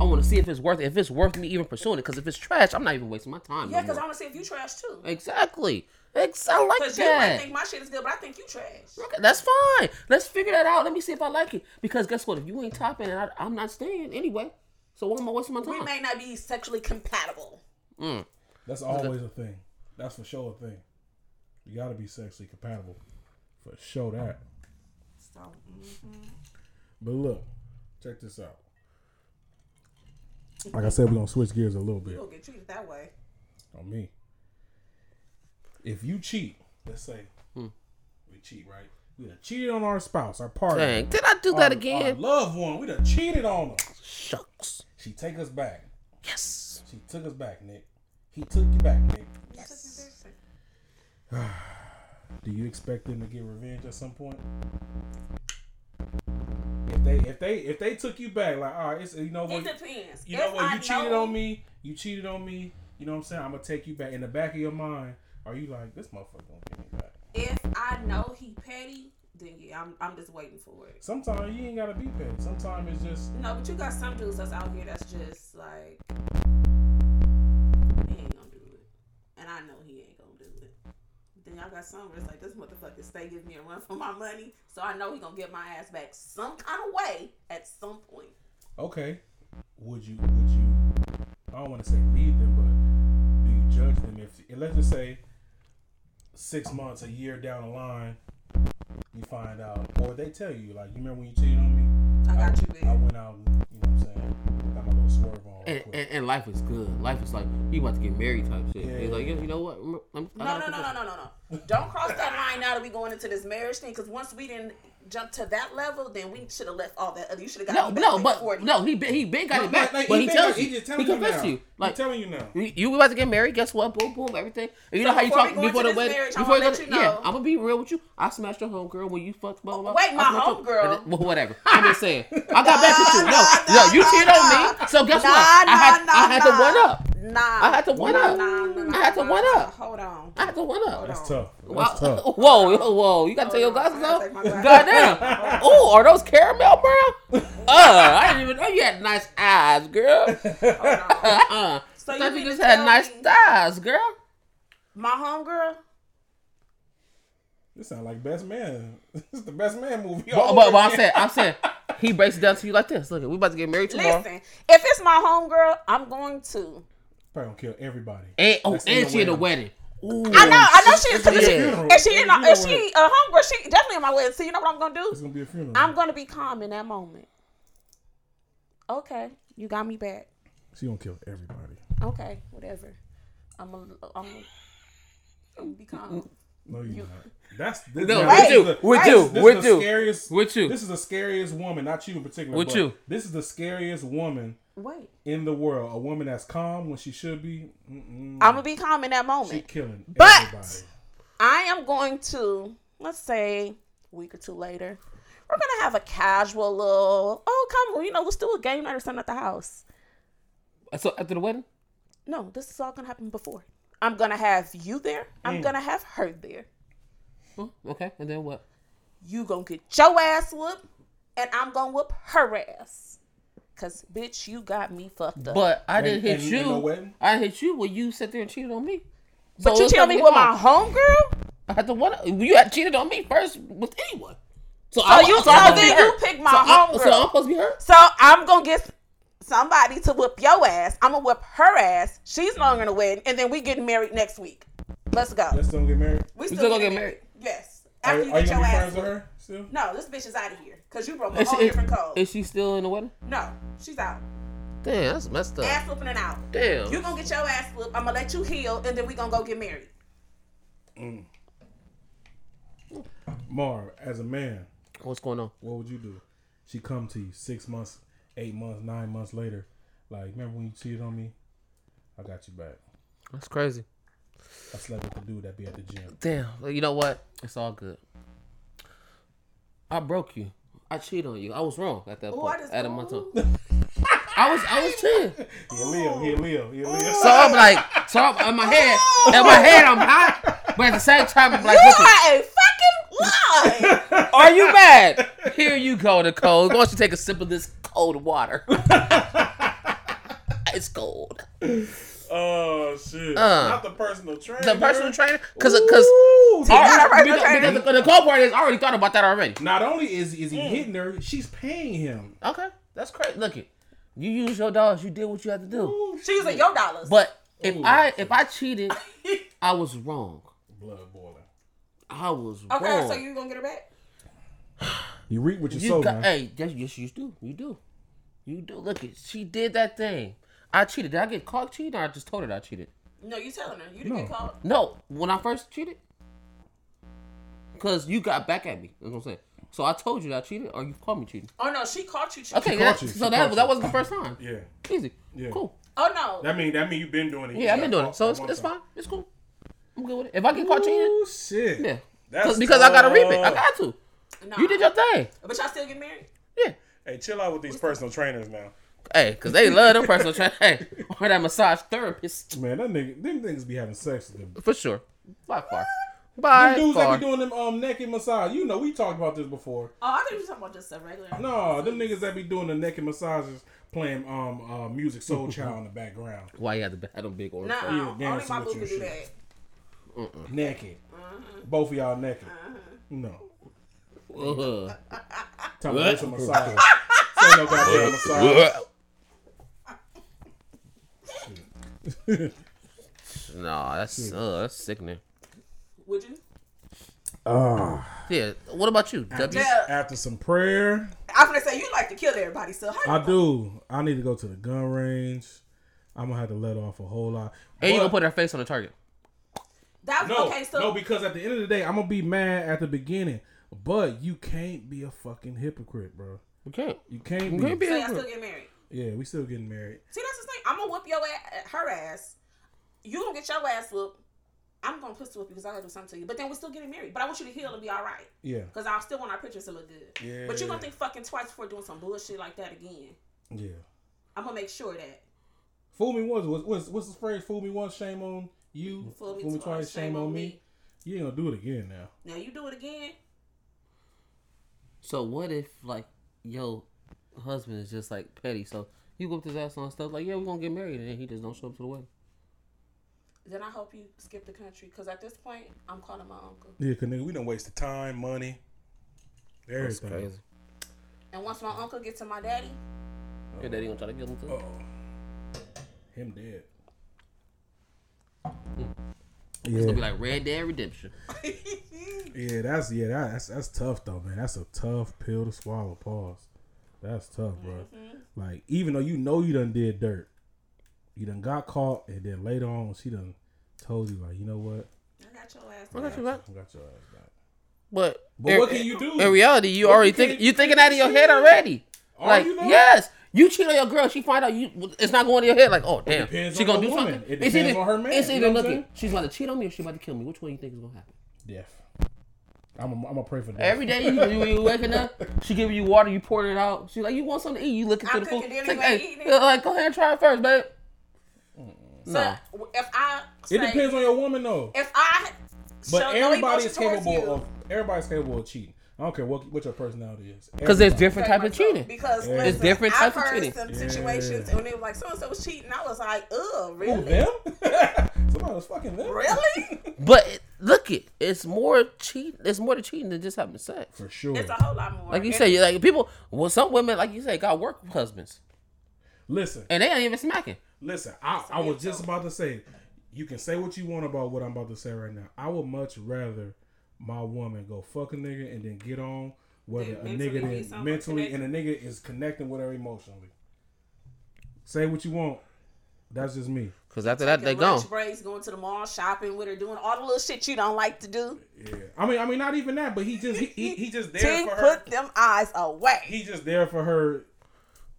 Speaker 2: I want to see if it's worth it. If it's worth me even pursuing it, because if it's trash, I'm not even wasting my time.
Speaker 3: Yeah,
Speaker 2: no
Speaker 3: because I
Speaker 2: more.
Speaker 3: want to see if you trash too.
Speaker 2: exactly. Ex- I like
Speaker 3: Because you might
Speaker 2: that.
Speaker 3: think my shit is good, but I think you trash.
Speaker 2: Okay, that's fine. Let's figure that out. Let me see if I like it. Because guess what? If you ain't topping, and I, I'm not staying anyway. So why am I wasting my
Speaker 3: We
Speaker 2: time?
Speaker 3: may not be sexually compatible.
Speaker 1: That's always a thing. That's for sure a thing. You gotta be sexually compatible. For sure that.
Speaker 3: So,
Speaker 1: mm. But look, check this out. Like I said, we're gonna switch gears a little bit.
Speaker 3: you'll get treated that way.
Speaker 1: on me. If you cheat, let's say
Speaker 2: Hmm.
Speaker 1: we cheat, right? We done cheated on our spouse, our partner,
Speaker 2: Dang, did I do
Speaker 1: our,
Speaker 2: that
Speaker 1: our
Speaker 2: again?
Speaker 1: loved one. We done cheated on her.
Speaker 2: Shucks.
Speaker 1: She take us back.
Speaker 2: Yes.
Speaker 1: She took us back, Nick. He took you back, Nick. Do you expect them to get revenge at some point? If they, if they, if they took you back, like, all right, it's you know
Speaker 3: It
Speaker 1: what,
Speaker 3: depends.
Speaker 1: you know
Speaker 3: If
Speaker 1: what,
Speaker 3: I
Speaker 1: you cheated
Speaker 3: know-
Speaker 1: on me, you cheated on me. You know what I'm saying? I'm gonna take you back. In the back of your mind, are you like, this motherfucker gonna get me back?
Speaker 3: If I know he petty, then yeah, I'm, I'm just waiting for it.
Speaker 1: Sometimes you ain't gotta be petty. Sometimes it's just
Speaker 3: No, but you got some dudes that's out here that's just like, he ain't gonna do it. And I know he ain't gonna do it. Then y'all got some where it's like, this motherfucker stay giving me a run for my money. So I know he gonna get my ass back some kind of way at some point.
Speaker 1: okay. Would you? Would you? I don't want to say leave them, but do you judge them if? And let's just say six months, a year down the line, you find out, or they tell you, like, you remember when you cheated on me?
Speaker 3: I got you,
Speaker 1: I
Speaker 3: babe.
Speaker 1: went out. and, You know what I'm saying? Got my little swerve on. Real
Speaker 2: And,
Speaker 1: quick.
Speaker 2: and, and life is good. Life is like you about to get married type shit.
Speaker 1: Yeah.
Speaker 2: It's like yeah, you know what? I'm- I'm, I
Speaker 3: No,
Speaker 2: gotta
Speaker 3: no, no,
Speaker 2: figure-
Speaker 3: no, no, no, no. Don't cross that line now that we going into this marriage thing. Because once we didn't jump to that level, then we should have left all that other. You should have
Speaker 2: No,
Speaker 3: got me back
Speaker 2: no,
Speaker 3: like
Speaker 2: but
Speaker 3: 40.
Speaker 2: no, he been, he been got it back.
Speaker 1: Like,
Speaker 2: but he,
Speaker 1: been-
Speaker 2: tells
Speaker 1: he
Speaker 2: you,
Speaker 1: just
Speaker 2: he,
Speaker 1: telling you
Speaker 2: confessed
Speaker 1: now.
Speaker 2: you. Like
Speaker 1: he telling you now.
Speaker 2: You, you about to get married? Guess what? Boom, boom, everything. And you
Speaker 3: So
Speaker 2: know how you
Speaker 3: before we
Speaker 2: talk
Speaker 3: go into
Speaker 2: before the
Speaker 3: this
Speaker 2: wedding.
Speaker 3: marriage, I
Speaker 2: before
Speaker 3: wanna
Speaker 2: the-
Speaker 3: let you
Speaker 2: yeah,
Speaker 3: know.
Speaker 2: I'm gonna be real with you. I smashed your homegirl when you fucked blah blah. blah.
Speaker 3: Wait,
Speaker 2: I
Speaker 3: my
Speaker 2: smashed your-
Speaker 3: homegirl.
Speaker 2: and- well, Whatever. I'm just saying. I got back at you. No,
Speaker 3: [LAUGHS]
Speaker 2: no, you cheated on me. So guess
Speaker 3: Nah,
Speaker 2: what? I had
Speaker 3: nah,
Speaker 2: I had
Speaker 3: nah,
Speaker 2: to one up.
Speaker 3: Nah,
Speaker 2: I had to one
Speaker 3: nah,
Speaker 2: up.
Speaker 3: nah, nah, nah,
Speaker 2: I had to
Speaker 3: nah,
Speaker 2: one
Speaker 3: nah.
Speaker 2: up.
Speaker 3: Hold
Speaker 2: [LAUGHS]
Speaker 3: on.
Speaker 2: I had to one up.
Speaker 1: That's tough.
Speaker 2: Wow.
Speaker 1: That's tough.
Speaker 2: [LAUGHS] Whoa, whoa, whoa! You gotta tell your
Speaker 3: Hold on,
Speaker 2: glasses
Speaker 3: I gotta
Speaker 2: off.
Speaker 3: take my
Speaker 2: Goddamn!
Speaker 3: glasses
Speaker 2: Oh, are those caramel brown? Uh, I didn't even know you had nice eyes,
Speaker 3: [LAUGHS]
Speaker 2: girl. [LAUGHS]
Speaker 3: Hold on.
Speaker 2: Uh-uh.
Speaker 3: So you
Speaker 2: Thought you
Speaker 3: mean to
Speaker 2: just had
Speaker 3: tell
Speaker 2: nice
Speaker 3: me-
Speaker 2: thighs, girl.
Speaker 3: My homegirl.
Speaker 1: This sound like best man. [LAUGHS] this is the best man movie.
Speaker 2: But, but, but I'm saying, I'm saying, he breaks it down to you like this. Look, we about to get married tomorrow.
Speaker 3: Listen, if it's my homegirl, I'm going to.
Speaker 1: probably gonna kill everybody.
Speaker 2: And, oh,
Speaker 1: That's in
Speaker 2: and
Speaker 1: the
Speaker 2: she in the wedding. Ooh.
Speaker 3: I know, I know she is.
Speaker 1: It's gonna
Speaker 3: Cause
Speaker 1: be a
Speaker 3: she,
Speaker 1: funeral.
Speaker 3: if she, in a, if
Speaker 1: It's gonna be a
Speaker 3: she a homegirl, she definitely in my wedding. So you know what I'm gonna do?
Speaker 1: It's gonna be a funeral.
Speaker 3: I'm gonna be calm in that moment. Okay, you got me back.
Speaker 1: she gonna kill everybody.
Speaker 3: Okay, whatever. I'm a, I'm a, I'm be calm.
Speaker 1: No, you not. That's this,
Speaker 2: No,
Speaker 1: now,
Speaker 2: we're
Speaker 1: this
Speaker 2: due.
Speaker 1: is the-
Speaker 2: We're
Speaker 1: this-
Speaker 2: due.
Speaker 1: This
Speaker 2: We're
Speaker 1: is the
Speaker 2: due.
Speaker 1: Scariest,
Speaker 2: We're due.
Speaker 1: This is the scariest woman, not you in particular.
Speaker 2: We're
Speaker 1: but
Speaker 2: due.
Speaker 1: This is the scariest woman
Speaker 3: Wait,
Speaker 1: in the world. A woman that's calm when she should be. Mm-mm,
Speaker 3: I'm gonna be calm in that
Speaker 1: she
Speaker 3: moment.
Speaker 1: killing
Speaker 3: But-
Speaker 1: everybody.
Speaker 3: I am going to, let's say, a week or two later, we're gonna have a casual little. Oh, come, you know, let's do a game night or something at the house.
Speaker 2: So after the wedding?
Speaker 3: No, this is all gonna happen before. I'm gonna have you there. I'm gonna have her there.
Speaker 2: Hmm, Okay, and then what?
Speaker 3: you gonna get your ass whooped, and I'm gonna whoop her ass. Cause bitch, you got me fucked up. But,
Speaker 2: But I didn't hit
Speaker 1: and-
Speaker 2: you.
Speaker 1: and the wedding?
Speaker 2: I hit you when you sat there and cheated on me. So
Speaker 3: you
Speaker 2: it's
Speaker 3: tell
Speaker 2: not
Speaker 3: me
Speaker 2: your
Speaker 3: with my
Speaker 2: fault.
Speaker 3: homegirl?
Speaker 2: I had to one. You had cheated on me first with anyone. So,
Speaker 3: you- so
Speaker 2: I'm supposed to
Speaker 3: then
Speaker 2: be
Speaker 3: you
Speaker 2: hurt.
Speaker 3: pick my
Speaker 2: so I, so
Speaker 3: homegirl.
Speaker 2: I'm supposed to be hurt.
Speaker 3: So I'm gonna get somebody to whoop your ass. I'm gonna whip her ass. She's longer in the wedding, and then we getting married next week. Let's go.
Speaker 1: Let's don't get married.
Speaker 3: we
Speaker 2: still gonna get married?
Speaker 3: Yes.
Speaker 1: Are,
Speaker 3: After you
Speaker 1: are you
Speaker 3: get your
Speaker 1: gonna be
Speaker 3: ass
Speaker 1: friends with
Speaker 3: whooped.
Speaker 1: her still?
Speaker 3: No, this bitch is out of here. Cause you broke a
Speaker 2: Is
Speaker 3: whole
Speaker 2: she,
Speaker 3: different code.
Speaker 2: is she still in the wedding?
Speaker 3: no, she's out.
Speaker 2: Damn, that's messed up.
Speaker 3: Ass whooping and out.
Speaker 2: Damn.
Speaker 3: You gonna get your ass whooped. I'm gonna let you heal, and then we gonna go get married.
Speaker 1: Marv, as a man,
Speaker 2: What's going on?
Speaker 1: what would you do? She come to you six months, eight months, nine months later. Like, remember when you cheated on me? I got you back.
Speaker 2: That's crazy.
Speaker 1: I slept with the dude that be at the gym.
Speaker 2: Damn. Well, You know what? It's all good. I broke you. I cheated on you. I was wrong at that
Speaker 3: Ooh, I
Speaker 2: point.
Speaker 3: just
Speaker 2: At a month
Speaker 3: ooh.
Speaker 2: on. I was I was cheating.
Speaker 1: Here live, here live, here live.
Speaker 2: So I'm like, so I'm, in my head, in my head, I'm hot, but at the same time, I'm like,
Speaker 3: You
Speaker 2: listen,
Speaker 3: are a [LAUGHS] fucking
Speaker 2: [LAUGHS]
Speaker 3: liar.
Speaker 2: are you mad? Here you go, Nicole. Why don't you take a sip of this cold water? [LAUGHS] it's cold.
Speaker 1: [LAUGHS] Oh shit!
Speaker 2: Uh.
Speaker 1: Not the personal trainer.
Speaker 2: The personal trainer, because because
Speaker 1: Ooh,
Speaker 3: All right. personal
Speaker 2: because,
Speaker 3: trainer.
Speaker 2: because the Nicole part is I already thought about that already.
Speaker 1: Not only is is he hitting her, she's paying him.
Speaker 2: Okay, that's crazy. Look it, you use your dollars. You did what you had to do.
Speaker 3: She using your dollars.
Speaker 2: But if
Speaker 1: Ooh.
Speaker 2: I if I cheated, I was wrong.
Speaker 1: Blood boiling.
Speaker 2: I was
Speaker 3: okay,
Speaker 2: wrong.
Speaker 3: so you gonna get her back?
Speaker 1: You reap what you,
Speaker 2: You
Speaker 1: sow,
Speaker 2: got,
Speaker 1: man.
Speaker 2: hey, yes, yes, you do. You do. You do. Look it. She did that thing. I cheated. Did I get caught cheating or I just told her that I cheated?
Speaker 3: No, you telling her. You didn't get
Speaker 1: No.
Speaker 3: called.
Speaker 2: No, when I first cheated. Cause you got back at me. That's what I'm saying. So I told you that I cheated or you called me cheating.
Speaker 3: Oh no, she caught you cheating.
Speaker 2: Okay,
Speaker 1: caught
Speaker 2: that-
Speaker 1: you. She
Speaker 2: so
Speaker 1: caught
Speaker 2: that
Speaker 1: you.
Speaker 2: that wasn't the first time.
Speaker 1: Yeah,
Speaker 2: Easy.
Speaker 1: Yeah.
Speaker 2: Cool.
Speaker 3: Oh no.
Speaker 1: that mean that mean you've been doing it.
Speaker 2: Yeah, I've been doing it. So it's, it's fine. It's cool. I'm good with it. If I get caught cheating,
Speaker 1: Oh shit!
Speaker 2: yeah.
Speaker 1: That's
Speaker 2: 'Cause- because I gotta reap it. I
Speaker 1: tough.
Speaker 2: got to.
Speaker 3: no.
Speaker 2: You did your thing.
Speaker 3: But y'all still get married?
Speaker 2: Yeah.
Speaker 1: Hey, chill out with these personal trainers now.
Speaker 2: Hey, because they love them personal trainers. Hey, or that massage therapist.
Speaker 1: Man, that nigga, them things be having sex with them.
Speaker 2: For sure. By far.
Speaker 1: Them
Speaker 2: By
Speaker 1: dudes
Speaker 2: far.
Speaker 1: that be doing them um naked massage. You know, we talked about this before.
Speaker 3: Oh, I thought you were talking about just a regular.
Speaker 1: No, them niggas that be doing the naked massages, playing um uh, music
Speaker 2: [LAUGHS]
Speaker 1: soul child in the background,
Speaker 2: Why you had to have them big old
Speaker 3: Nah,
Speaker 2: fuck.
Speaker 1: Yeah,
Speaker 3: only
Speaker 1: dancing
Speaker 3: my
Speaker 1: with
Speaker 3: boo
Speaker 1: you
Speaker 3: can do
Speaker 1: and
Speaker 3: that.
Speaker 1: naked.
Speaker 3: Mm-hmm.
Speaker 1: Both of y'all naked.
Speaker 3: Uh-huh.
Speaker 1: No,
Speaker 2: Ugh.
Speaker 1: talking about some massage. Say no goddamn massage.
Speaker 2: Nah, that's, uh, that's sickening.
Speaker 3: Would you?
Speaker 1: Ah.
Speaker 2: Yeah, what about you, W?
Speaker 3: Yeah.
Speaker 1: After some prayer,
Speaker 3: I'm gonna say you like to kill everybody, so how
Speaker 1: I
Speaker 3: you
Speaker 1: do. I need to go to the gun range. I'm gonna have to let off a whole lot.
Speaker 2: And you
Speaker 1: But-
Speaker 2: gonna put her face on the target.
Speaker 3: That
Speaker 1: No,
Speaker 3: okay, so
Speaker 1: no, because at the end of the day, I'm gonna be mad at the beginning. But you can't be a fucking hypocrite, bro.
Speaker 2: You can't.
Speaker 1: You can't
Speaker 2: You
Speaker 1: be.
Speaker 2: can't be
Speaker 3: so y'all still
Speaker 2: angry.
Speaker 3: get married.
Speaker 1: Yeah, we still getting married.
Speaker 3: See, that's the thing. I'm gonna whoop your ass, her ass. You gonna get your ass whooped. I'm gonna pistol whip you because I gotta do something to you. But then we're still getting married. But I want you to heal and be all right.
Speaker 1: Yeah,
Speaker 3: Because I still want our pictures to look good.
Speaker 1: Yeah.
Speaker 3: But you're gonna think fucking twice before doing some bullshit like that again.
Speaker 1: yeah.
Speaker 3: I'm gonna make sure that.
Speaker 1: Fool me once. What's what's, what's the phrase? Fool me once, shame on you.
Speaker 3: Fool me, twice, shame, on me.
Speaker 1: You ain't gonna do it again now.
Speaker 3: Now you do it again.
Speaker 2: So what if, like, yo, husband is just, like, petty. So you whooped his ass on stuff like, yeah, we're gonna get married. And then he just don't show up to the wedding.
Speaker 3: Then I hope you skip the country. Because at this point, I'm calling my uncle.
Speaker 1: Yeah, cause nigga, we done wasted time, money,
Speaker 2: That's
Speaker 1: everything.
Speaker 2: crazy.
Speaker 3: And once my uncle gets to my daddy, [LAUGHS]
Speaker 2: Your daddy gonna try to kill him too.
Speaker 1: Oh, him dead. Yeah,
Speaker 3: Hmm.
Speaker 2: It's gonna be like Red Dead Redemption.
Speaker 1: yeah, that's yeah, that, that's that's tough though, man. That's a tough pill to swallow. Pause. That's tough, bro.
Speaker 3: Mm-hmm.
Speaker 1: Like even though you know you done did dirt, you done got caught, and then later on she done told you like, you know what,
Speaker 3: I got your ass.
Speaker 2: I got you, right?
Speaker 1: I got your ass back.
Speaker 2: But,
Speaker 1: But
Speaker 2: in-
Speaker 1: what can you do?
Speaker 2: In reality, you
Speaker 1: What
Speaker 2: already
Speaker 1: you can-
Speaker 2: think you thinking out of your head already.
Speaker 1: Are
Speaker 2: like
Speaker 1: you though?
Speaker 2: yes, you cheat on your girl. She find out you. It's not going to your head. Like oh damn,
Speaker 1: depends
Speaker 2: she
Speaker 1: on
Speaker 2: gonna
Speaker 1: the
Speaker 2: do
Speaker 1: woman.
Speaker 2: something.
Speaker 1: It
Speaker 2: It's
Speaker 1: depends
Speaker 2: either-
Speaker 1: on her man,
Speaker 2: It's
Speaker 1: you
Speaker 2: either
Speaker 1: know what I'm
Speaker 2: looking.
Speaker 1: saying?
Speaker 2: She's about to cheat on me or she's about to kill me. Which one you think is gonna happen?
Speaker 1: Death. I'm a, I'm a pray for death.
Speaker 2: Every day you, you, you waking up, she giving you water, you pouring it out. She like you want something to eat, you looking through
Speaker 3: I'm
Speaker 2: the food.
Speaker 3: cooking dinner,
Speaker 2: Like,
Speaker 3: you ain't
Speaker 2: hey,
Speaker 3: eating it.
Speaker 2: yeah, like go ahead and try it first, babe.
Speaker 3: So
Speaker 2: No,
Speaker 3: if I say,
Speaker 1: it depends on your woman though.
Speaker 3: If I
Speaker 1: But
Speaker 3: show no
Speaker 1: everybody
Speaker 3: emotion
Speaker 1: is
Speaker 3: towards
Speaker 1: capable
Speaker 3: you,
Speaker 1: of everybody's capable of cheating. I don't care what what your personality is.
Speaker 2: because there's
Speaker 1: Everybody.
Speaker 2: different type of
Speaker 3: myself,
Speaker 2: cheating.
Speaker 3: Because
Speaker 1: Yeah.
Speaker 3: listen,
Speaker 1: It's
Speaker 2: different
Speaker 3: I've
Speaker 2: type of
Speaker 3: heard
Speaker 2: cheating.
Speaker 3: some
Speaker 1: Yeah.
Speaker 3: situations and it was like so and so was cheating. I was like, ugh, really?
Speaker 1: Who, them? [LAUGHS] Somebody was fucking them.
Speaker 3: Really?
Speaker 2: But it- look it, it's more cheat. It's more to cheating than just having
Speaker 1: [LAUGHS]
Speaker 2: sex.
Speaker 1: For sure.
Speaker 3: It's a whole lot more.
Speaker 2: Like you
Speaker 3: And-
Speaker 2: say, like people. Well, some women, like you say, got work husbands,
Speaker 1: Listen,
Speaker 2: and they ain't even smacking.
Speaker 1: listen. I, I was just about to say, you can say what you want about what I'm about to say right now. I would much rather my woman go fuck a nigga and then get on whether
Speaker 3: They
Speaker 1: a
Speaker 3: mentally
Speaker 1: nigga
Speaker 3: need
Speaker 1: that
Speaker 3: someone
Speaker 1: mentally and a nigga is connecting with her emotionally. Say what you want. That's just me.
Speaker 2: Because after that, they
Speaker 3: Taking
Speaker 2: gone.
Speaker 3: lunch breaks, going to the mall, shopping with her, doing all the little shit you don't like to do.
Speaker 1: Yeah. I mean, I mean, not even that, but he just he, he, he just there
Speaker 3: Ting,
Speaker 1: for her.
Speaker 3: put them eyes away.
Speaker 1: He just there for her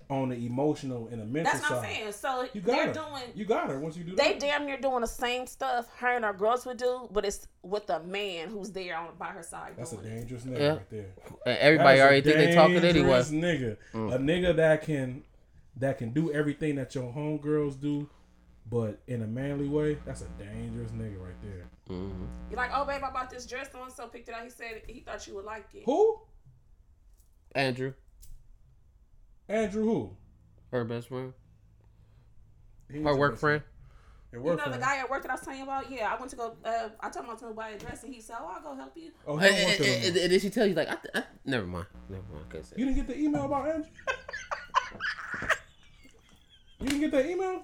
Speaker 1: on the emotional and the mental
Speaker 3: That's
Speaker 1: side.
Speaker 3: what I'm saying. So
Speaker 1: You got
Speaker 3: they're
Speaker 1: her.
Speaker 3: doing
Speaker 1: you got her once you do
Speaker 3: they
Speaker 1: that.
Speaker 3: damn near doing the same stuff her and her girls would do, but it's with a man who's there on by her side.
Speaker 1: That's a
Speaker 3: doing it.
Speaker 1: dangerous nigga
Speaker 2: Yeah.
Speaker 1: right there.
Speaker 2: And everybody
Speaker 1: That is a
Speaker 2: already think they talking anyway. Mm.
Speaker 1: dangerous Nigga, a nigga that can that can do everything that your homegirls do, but in a manly way. That's a dangerous nigga right there.
Speaker 2: Mm-hmm.
Speaker 3: You're like, oh babe, I bought this dress. So and so picked it out. He said he thought you would like it.
Speaker 1: Who?
Speaker 2: Andrew,
Speaker 1: Andrew? Who?
Speaker 2: her best friend,
Speaker 1: He
Speaker 2: her
Speaker 1: was
Speaker 2: work
Speaker 1: missing.
Speaker 2: friend.
Speaker 1: Your
Speaker 3: You
Speaker 1: work
Speaker 3: know the
Speaker 1: friend.
Speaker 3: guy at work that I was telling you about? Yeah, I went to go. Uh, I told him I was going to buy a dress, and he said, "Oh, I'll go help you."
Speaker 1: Oh, he
Speaker 2: And,
Speaker 1: don't work there no
Speaker 2: and-
Speaker 1: more.
Speaker 2: and then she tell you like, I, th- I, never mind, never mind. I can't say
Speaker 1: you didn't get the email about Andrew. you didn't get that email.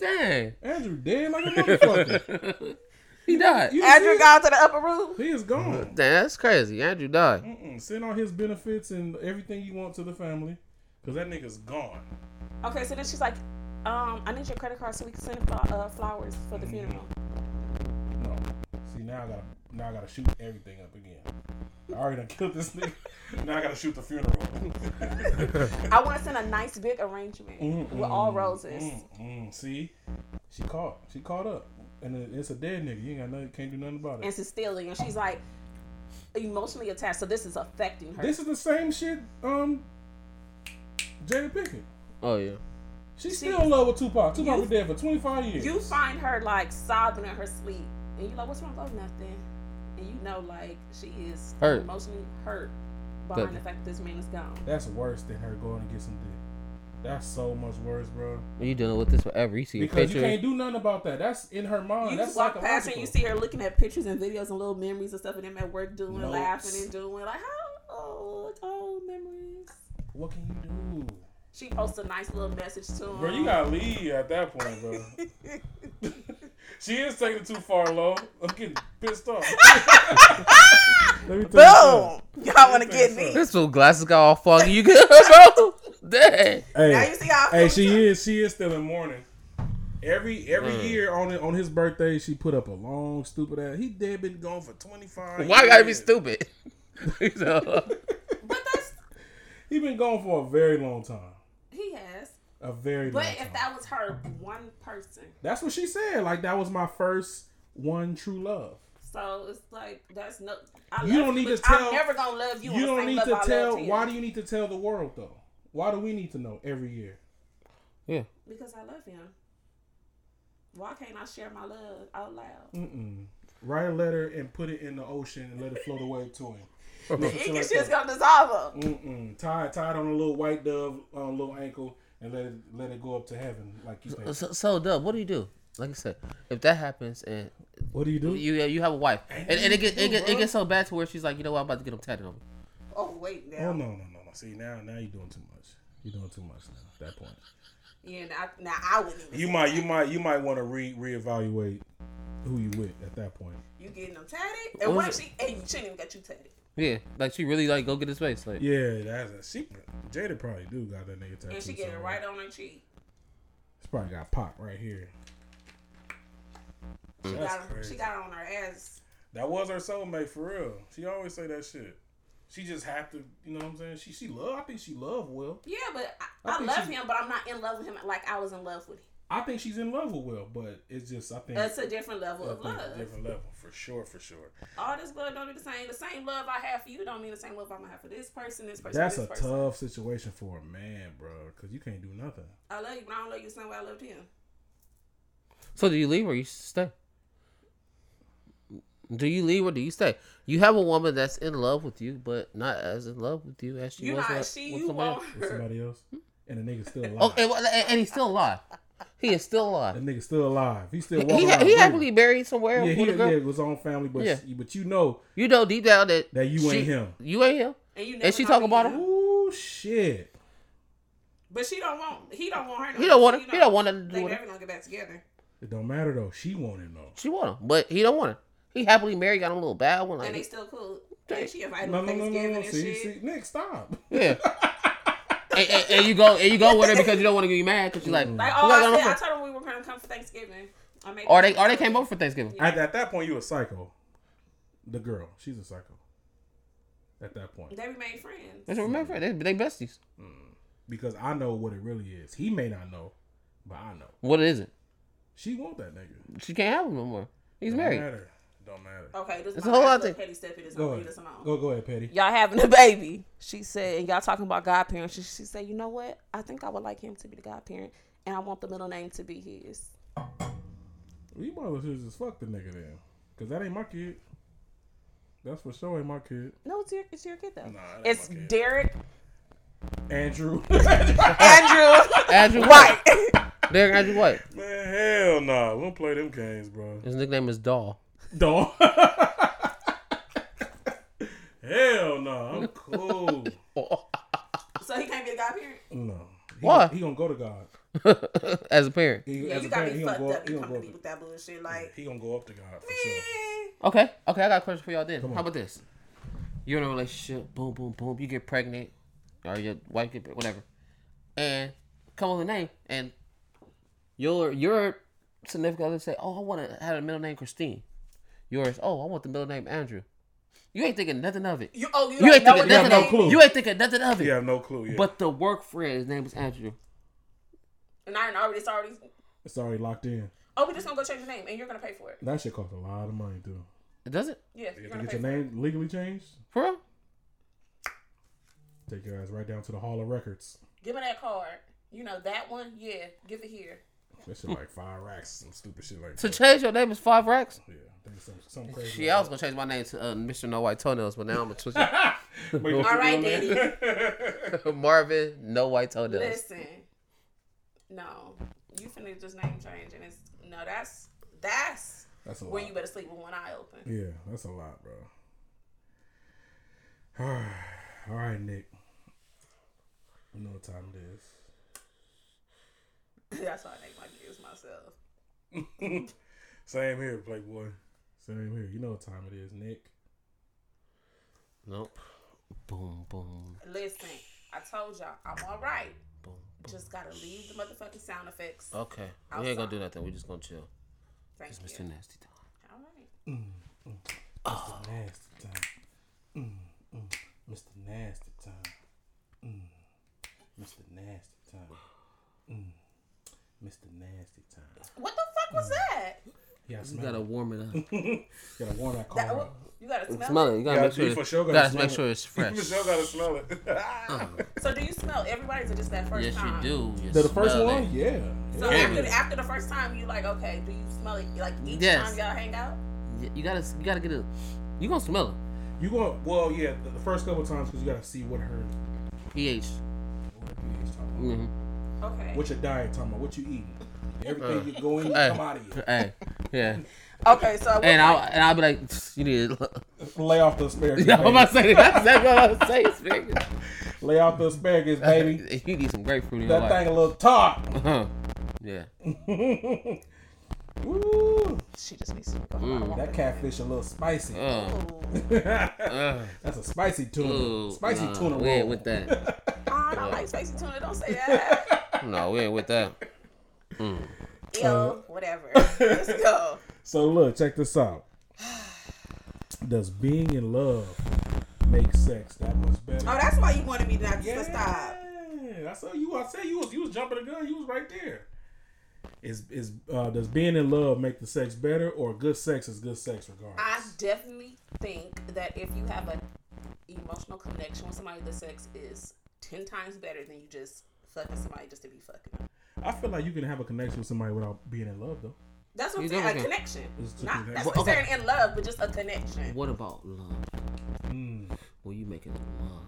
Speaker 2: it.
Speaker 1: Andrew dead like a motherfucker.
Speaker 2: Dang, [LAUGHS] he died.
Speaker 1: You didn't
Speaker 3: Andrew
Speaker 1: see
Speaker 3: gone to the upper room.
Speaker 1: it? He is
Speaker 2: Damn,
Speaker 1: gone.
Speaker 2: that's crazy. Andrew died.
Speaker 1: Mm-mm. Send all his benefits and everything you want to the family, cause that nigga's gone.
Speaker 3: Okay, so then she's like, um, "I need your credit card so we can send fl- uh, flowers for the funeral."
Speaker 1: No. See now I gotta now I gotta shoot everything up again. I already done killed this nigga. now I gotta shoot the
Speaker 3: [LAUGHS]
Speaker 1: funeral.
Speaker 3: I want to send a nice big arrangement
Speaker 1: Mm,
Speaker 3: with all roses.
Speaker 1: Mm-mm. See, she caught. She caught up, and it- it's a dead nigga. You ain't got nothing. Can't do nothing about
Speaker 3: And
Speaker 1: it.
Speaker 3: she's stealing, and she's like emotionally attached. So this is affecting her.
Speaker 1: This is the same shit. Um, Jada Pinkett.
Speaker 2: Oh yeah.
Speaker 1: She's still in love with Tupac. Tupac
Speaker 3: You-
Speaker 1: was dead for 25 years.
Speaker 3: you find her like sobbing in her sleep, and you're like, "What's wrong?" Oh, nothing. And you know, like she is
Speaker 2: Hurt.
Speaker 3: emotionally hurt behind
Speaker 2: But-
Speaker 3: the fact that this man is gone.
Speaker 1: That's worse than her going to get some dick. That's so much worse, bro.
Speaker 2: You dealing with this forever. You see your
Speaker 1: Because you
Speaker 2: picture.
Speaker 1: can't do nothing about that. That's in her mind.
Speaker 3: You
Speaker 1: Oh, That's
Speaker 3: just walk past and
Speaker 1: psychological.
Speaker 3: you see her looking at pictures and videos and little memories and stuff, and them at work doing,
Speaker 1: Notes.
Speaker 3: laughing and doing like, "How oh, it's old memories."
Speaker 1: What can you do?
Speaker 3: She posts a nice little message to him.
Speaker 1: Bro, you [LAUGHS]
Speaker 3: [LAUGHS]
Speaker 1: gotta leave at that point, bro. she is taking it too far, low. I'm getting pissed
Speaker 3: [LAUGHS]
Speaker 1: off. Let me tell you something.
Speaker 3: Boom! Y'all want to get me?
Speaker 2: This little glasses got all foggy. You [LAUGHS] good, bro? Dang.
Speaker 3: Now you
Speaker 1: Hey,
Speaker 3: see how I
Speaker 1: hey,
Speaker 3: feel
Speaker 1: she
Speaker 3: too.
Speaker 1: is. She is still in mourning. Every every
Speaker 2: Mm.
Speaker 1: year on on his birthday, she put up a long stupid ass. He dead been gone for twenty five.
Speaker 2: Why you gotta be stupid? [LAUGHS] You know?
Speaker 1: [LAUGHS]
Speaker 3: But that's
Speaker 1: He been gone for a very long time.
Speaker 3: he has.
Speaker 1: A very
Speaker 3: But
Speaker 1: long time.
Speaker 3: if that was her one person,
Speaker 1: That's what she said. Like that was my first one true love.
Speaker 3: so it's like that's no. I
Speaker 1: You
Speaker 3: love
Speaker 1: don't need
Speaker 3: but
Speaker 1: to tell-
Speaker 3: I'm never gonna love you.
Speaker 1: You
Speaker 3: on the
Speaker 1: don't
Speaker 3: same
Speaker 1: need
Speaker 3: level
Speaker 1: to
Speaker 3: I
Speaker 1: tell.
Speaker 3: loved him.
Speaker 1: Why do you need to tell the world though? Why do we need to know every year?
Speaker 2: yeah.
Speaker 3: Because I love him. Why can't I share my love out loud?
Speaker 1: Mm-mm. Write a letter and put it in the ocean and let it float away to
Speaker 2: [LAUGHS]
Speaker 1: him.
Speaker 3: The
Speaker 1: Something
Speaker 3: ink
Speaker 1: like
Speaker 3: is just
Speaker 1: that.
Speaker 3: gonna dissolve him.
Speaker 1: Mm-mm. Tie tie it on a little white dove on a little ankle and let it let it go up to heaven like you think.
Speaker 2: So, so Dub, what do you do? Like I said, if that happens and
Speaker 1: What do you do?
Speaker 2: you you have a wife, and, and it gets it gets it gets so bad to where she's like, you know what, I'm about to get him tatted on.
Speaker 3: Oh wait
Speaker 1: Oh no
Speaker 3: now.
Speaker 1: no no no! See now now you're doing too much. You're doing too much now. At that point,
Speaker 3: Yeah, now, now I wouldn't even.
Speaker 1: you
Speaker 3: say
Speaker 1: might
Speaker 3: that.
Speaker 1: you might you might want to re reevaluate who you with at that point.
Speaker 3: You getting them tatted? And what if
Speaker 2: Was
Speaker 3: she? And you shouldn't even get you tatted.
Speaker 2: Yeah, like she really like go get his face. Like
Speaker 1: Yeah, that's a, she. Jada probably do got that nigga tattoo.
Speaker 3: And she getting it
Speaker 1: somewhere.
Speaker 3: right on her cheek.
Speaker 1: She probably got pop right here.
Speaker 3: She
Speaker 1: That's
Speaker 3: got
Speaker 1: crazy.
Speaker 3: she got it on her ass.
Speaker 1: That was her soulmate for real. She always say that shit. She just have to, you know what I'm saying? She she love. I think she love Will.
Speaker 3: Yeah, but I,
Speaker 1: I
Speaker 3: I,
Speaker 1: think
Speaker 3: love
Speaker 1: she-
Speaker 3: him, but I'm not in love with him like I was in love with him.
Speaker 1: I think she's in love with Will, but it's just I think
Speaker 3: That's a different level
Speaker 1: I
Speaker 3: of
Speaker 1: think it's
Speaker 3: love.
Speaker 1: a different level for sure, for sure.
Speaker 3: All this love don't be the same. The same love I have for you don't mean the same love I'm gonna have for this person, this person,
Speaker 1: That's
Speaker 3: this
Speaker 1: a
Speaker 3: person.
Speaker 1: tough situation for a man, bro, because you can't do nothing.
Speaker 3: I love you, but I don't love you the same way I loved him.
Speaker 2: So do you leave or you stay? Do you leave or do you stay? You have a woman that's in love with you, but not as in love with you as she
Speaker 3: You
Speaker 2: was
Speaker 3: not
Speaker 2: with,
Speaker 3: she,
Speaker 2: with
Speaker 3: you
Speaker 2: somebody
Speaker 3: want
Speaker 2: else.
Speaker 3: [LAUGHS]
Speaker 1: With
Speaker 3: her.
Speaker 1: somebody else, and the nigga's still alive.
Speaker 2: Okay, well, and, and he's still alive. He is still
Speaker 1: That
Speaker 2: alive.
Speaker 1: nigga's still alive. He's still
Speaker 2: He,
Speaker 1: walking
Speaker 2: he,
Speaker 1: around.
Speaker 2: he
Speaker 1: free.
Speaker 2: happily buried somewhere
Speaker 1: yeah,
Speaker 2: with
Speaker 1: he
Speaker 2: a girl.
Speaker 1: yeah, it was on family, but
Speaker 2: Yeah.
Speaker 1: she- but you know
Speaker 2: You know deep down that
Speaker 1: that you
Speaker 2: she-
Speaker 1: ain't him.
Speaker 2: You ain't him.
Speaker 3: And you never
Speaker 2: And she
Speaker 3: gonna
Speaker 2: talk
Speaker 3: be
Speaker 2: about him.
Speaker 1: Oh shit.
Speaker 3: But she don't want. He don't want her. no
Speaker 2: He don't
Speaker 3: more.
Speaker 2: want. Her, he don't want nothing to
Speaker 3: They
Speaker 2: do with
Speaker 3: never
Speaker 2: her.
Speaker 3: gonna get back together.
Speaker 1: It don't matter though. She wanted though.
Speaker 2: She want him, but he don't want her. He happily married, got him a little bad one.
Speaker 3: and they
Speaker 2: Like,
Speaker 3: still cool. And she invited
Speaker 1: No,
Speaker 3: me
Speaker 1: no,
Speaker 3: to
Speaker 1: no, no,
Speaker 3: Thanksgiving
Speaker 1: no.
Speaker 3: and
Speaker 1: See,
Speaker 3: shit.
Speaker 1: see, Nick, stop.
Speaker 3: [LAUGHS]
Speaker 2: Yeah. and, and- and you go and you go with her because you don't want to get you mad because you're like, "Look,
Speaker 3: Like, oh,
Speaker 2: I'm
Speaker 3: I, said, I
Speaker 2: for-"
Speaker 3: told them we were gonna come for Thanksgiving. I made
Speaker 2: or they or they came over for Thanksgiving.
Speaker 1: At, at that point, you a psycho. The girl, she's a psycho. At that point,
Speaker 3: They remained friends.
Speaker 2: That's what remember. They they besties.
Speaker 1: because I know what it really is. He may not know, but I know.
Speaker 2: What is it?
Speaker 1: She want that nigga.
Speaker 2: She can't have him no more. He's married.
Speaker 1: Don't matter. Don't matter.
Speaker 3: Okay, this is
Speaker 2: It's
Speaker 3: my
Speaker 2: a whole
Speaker 3: last
Speaker 2: lot
Speaker 3: little
Speaker 2: to-
Speaker 3: petty step. It is
Speaker 1: Go
Speaker 3: on. Leave
Speaker 1: ahead.
Speaker 3: us alone.
Speaker 1: Go go ahead, Petty.
Speaker 3: Y'all having a baby. She said, and y'all talking about godparents. She, she said, you know what? I think I would like him to be the godparent, and I want the middle name to be his.
Speaker 1: You might as well just fuck the nigga then, cause that ain't my kid. That's for sure ain't my kid.
Speaker 3: No, it's your, it's your kid though.
Speaker 1: Nah, that ain't
Speaker 3: it's
Speaker 1: my kid. [LAUGHS]
Speaker 3: Derek
Speaker 2: [LAUGHS]
Speaker 1: Andrew.
Speaker 3: Andrew
Speaker 1: [LAUGHS]
Speaker 2: Andrew White.
Speaker 3: White.
Speaker 2: Derek Andrew White.
Speaker 1: Man, hell nah. We don't play them games,
Speaker 2: [LAUGHS]
Speaker 1: bro.
Speaker 2: His nickname is Doll.
Speaker 1: Don't. [LAUGHS] hell nah. I'm cool.
Speaker 3: so he can't be the godparent.
Speaker 1: no. He
Speaker 2: Why?
Speaker 1: Gonna, he gonna go to God.
Speaker 2: As a parent.
Speaker 1: He,
Speaker 3: Yeah,
Speaker 1: as
Speaker 3: you
Speaker 1: a
Speaker 3: gotta
Speaker 1: parent,
Speaker 3: be
Speaker 1: he gonna
Speaker 3: fucked
Speaker 1: go
Speaker 3: up.
Speaker 1: up. He
Speaker 3: You
Speaker 1: gonna
Speaker 3: come
Speaker 1: go
Speaker 3: to
Speaker 1: up.
Speaker 3: me with that bullshit, like.
Speaker 1: He gonna go up to God for sure.
Speaker 2: Okay. Okay, I got a question for y'all then. How about this? You're in a relationship, boom, boom, boom, you get pregnant, or your wife get pregnant, whatever. And come up with a name and your your significant other say, Oh, I wanna have a middle name Christine. Yours, oh, I want the middle name Andrew. You ain't thinking nothing of it.
Speaker 3: You oh you,
Speaker 2: You
Speaker 3: don't
Speaker 2: ain't
Speaker 3: know
Speaker 2: thinking
Speaker 3: what
Speaker 1: You have
Speaker 2: nothing
Speaker 1: no
Speaker 2: of
Speaker 3: no
Speaker 2: it.
Speaker 1: clue.
Speaker 2: You ain't thinking nothing of it.
Speaker 1: He have no clue. Yeah.
Speaker 2: But the work friend, his name is Andrew.
Speaker 3: And I already it's already.
Speaker 1: it's already locked in.
Speaker 3: Oh, we just gonna go change the name, and you're gonna pay for it.
Speaker 1: That shit cost a lot of money too.
Speaker 2: It does it?
Speaker 3: Yeah,
Speaker 1: You
Speaker 3: you're
Speaker 1: have
Speaker 3: gonna
Speaker 1: to get
Speaker 3: pay.
Speaker 1: your
Speaker 3: For it.
Speaker 1: name legally changed.
Speaker 2: For real?
Speaker 1: Take your ass right down to the Hall of Records.
Speaker 3: Give me that card. You know that one? Yeah, give it here.
Speaker 1: That shit like five racks, some stupid shit like
Speaker 2: To
Speaker 1: that.
Speaker 2: change your name is five racks.
Speaker 1: Yeah, I think some some crazy.
Speaker 2: Shit, I was gonna change my name to uh, Mr. No White Toenails, but now I'm gonna switch it
Speaker 3: All right, Daddy.
Speaker 2: to [LAUGHS] Marvin No White Toenails.
Speaker 3: Listen, no, you finna just name change, and it's no. That's that's
Speaker 1: That's a
Speaker 3: where
Speaker 1: lot.
Speaker 3: you better sleep with one eye open.
Speaker 1: Yeah, that's a lot, bro. [SIGHS] All right, Nick. You know what time it is.
Speaker 3: [LAUGHS] that's how I name my kids myself. [LAUGHS]
Speaker 1: Same here, Playboy. Same here. You know what time it is, Nick.
Speaker 2: Nope. Boom, boom,
Speaker 3: Listen, I told y'all I'm all right.
Speaker 2: boom.
Speaker 3: Just gotta leave the motherfucking sound effects.
Speaker 2: Okay, we ain't gonna do nothing. We're just gonna chill.
Speaker 3: Thank
Speaker 2: Oh, It's Mr.
Speaker 3: you.
Speaker 2: Nasty Time.
Speaker 3: All right.
Speaker 1: Mr. Nasty Time. Mm, mm. Mr. Nasty Time. Mm. Mr. Nasty Time. Mm. Mr. Nasty Time. [LAUGHS]
Speaker 3: What the fuck
Speaker 2: Mm.
Speaker 3: was that?
Speaker 1: Yeah,
Speaker 2: You
Speaker 1: smell
Speaker 2: gotta
Speaker 1: gotta,
Speaker 2: warm it up.
Speaker 1: gotta warm that car
Speaker 3: That
Speaker 1: up.
Speaker 3: you gotta smell,
Speaker 2: Oh. smell it.
Speaker 3: it.
Speaker 2: You gotta
Speaker 1: Yeah,
Speaker 2: make sure.
Speaker 1: you for sure
Speaker 2: you
Speaker 1: gotta
Speaker 2: gotta make
Speaker 1: smell [LAUGHS]
Speaker 2: sure it's fresh.
Speaker 1: gotta smell
Speaker 2: [LAUGHS] Oh,
Speaker 1: it. [LAUGHS]
Speaker 3: So do you smell everybody's or just that first
Speaker 2: Yes, you
Speaker 3: time?
Speaker 2: do. You
Speaker 1: the first
Speaker 2: smell
Speaker 1: one?
Speaker 2: it.
Speaker 1: Yeah.
Speaker 3: So
Speaker 2: Yeah.
Speaker 3: after, after the first time, you like okay. Do you smell it like each
Speaker 2: Yes.
Speaker 3: time y'all hang out?
Speaker 2: Y- You gotta. You gotta get it. You gonna smell it.
Speaker 1: You going well, yeah, the, the first couple times because you gotta see what her,
Speaker 2: pH.
Speaker 1: what her pH talking about.
Speaker 2: Mm-hmm.
Speaker 3: Okay.
Speaker 1: What your diet talking about, what you eating. Everything you go in, you
Speaker 2: Uh, Hey.
Speaker 1: come out of you.
Speaker 2: Hey.
Speaker 1: [LAUGHS]
Speaker 2: Yeah.
Speaker 3: okay. So
Speaker 2: And I'll and I'll be like, you need. to-
Speaker 1: Lay off the asparagus.
Speaker 2: [LAUGHS] Yeah, I'm
Speaker 1: baby.
Speaker 2: about to say that's that's what I was saying. Speaking.
Speaker 1: Lay off the asparagus, baby.
Speaker 2: [LAUGHS] you need some grapefruit in your
Speaker 1: that
Speaker 2: life.
Speaker 1: thing a little tart. [LAUGHS]
Speaker 2: Huh. [LAUGHS] yeah.
Speaker 1: Woo!
Speaker 3: she just needs to go
Speaker 1: That catfish a little spicy.
Speaker 2: Uh, uh,
Speaker 1: [LAUGHS] That's a spicy tuna.
Speaker 2: ooh,
Speaker 1: spicy
Speaker 2: nah,
Speaker 1: tuna
Speaker 2: We ain't
Speaker 1: roll.
Speaker 2: with that.
Speaker 3: I don't like spicy tuna. Don't say that.
Speaker 2: No, we ain't with that. Mm.
Speaker 3: Ew. Whatever. Let's go.
Speaker 1: [LAUGHS]
Speaker 3: Oh,
Speaker 1: So look, check this out. Does being in love make sex that much better?
Speaker 3: Oh, that's why you wanted me not to stop.
Speaker 1: I saw you. I said you was you was jumping the gun. You was right there. Is is uh, does being in love make the sex better, or good sex is good sex regardless?
Speaker 3: I definitely think that if you have an emotional connection with somebody, the sex is ten times better than you just fucking somebody just to be fucking.
Speaker 1: I feel like you can have a connection with somebody without being in love, though.
Speaker 3: That's what
Speaker 2: You
Speaker 3: I'm saying.
Speaker 2: never
Speaker 3: A
Speaker 2: can.
Speaker 3: connection.
Speaker 1: It's just a
Speaker 3: Not
Speaker 1: connection.
Speaker 3: that's
Speaker 2: Well,
Speaker 3: not
Speaker 2: okay.
Speaker 3: saying in love, but just a connection.
Speaker 2: What about love?
Speaker 1: Mm,
Speaker 2: Were you making love?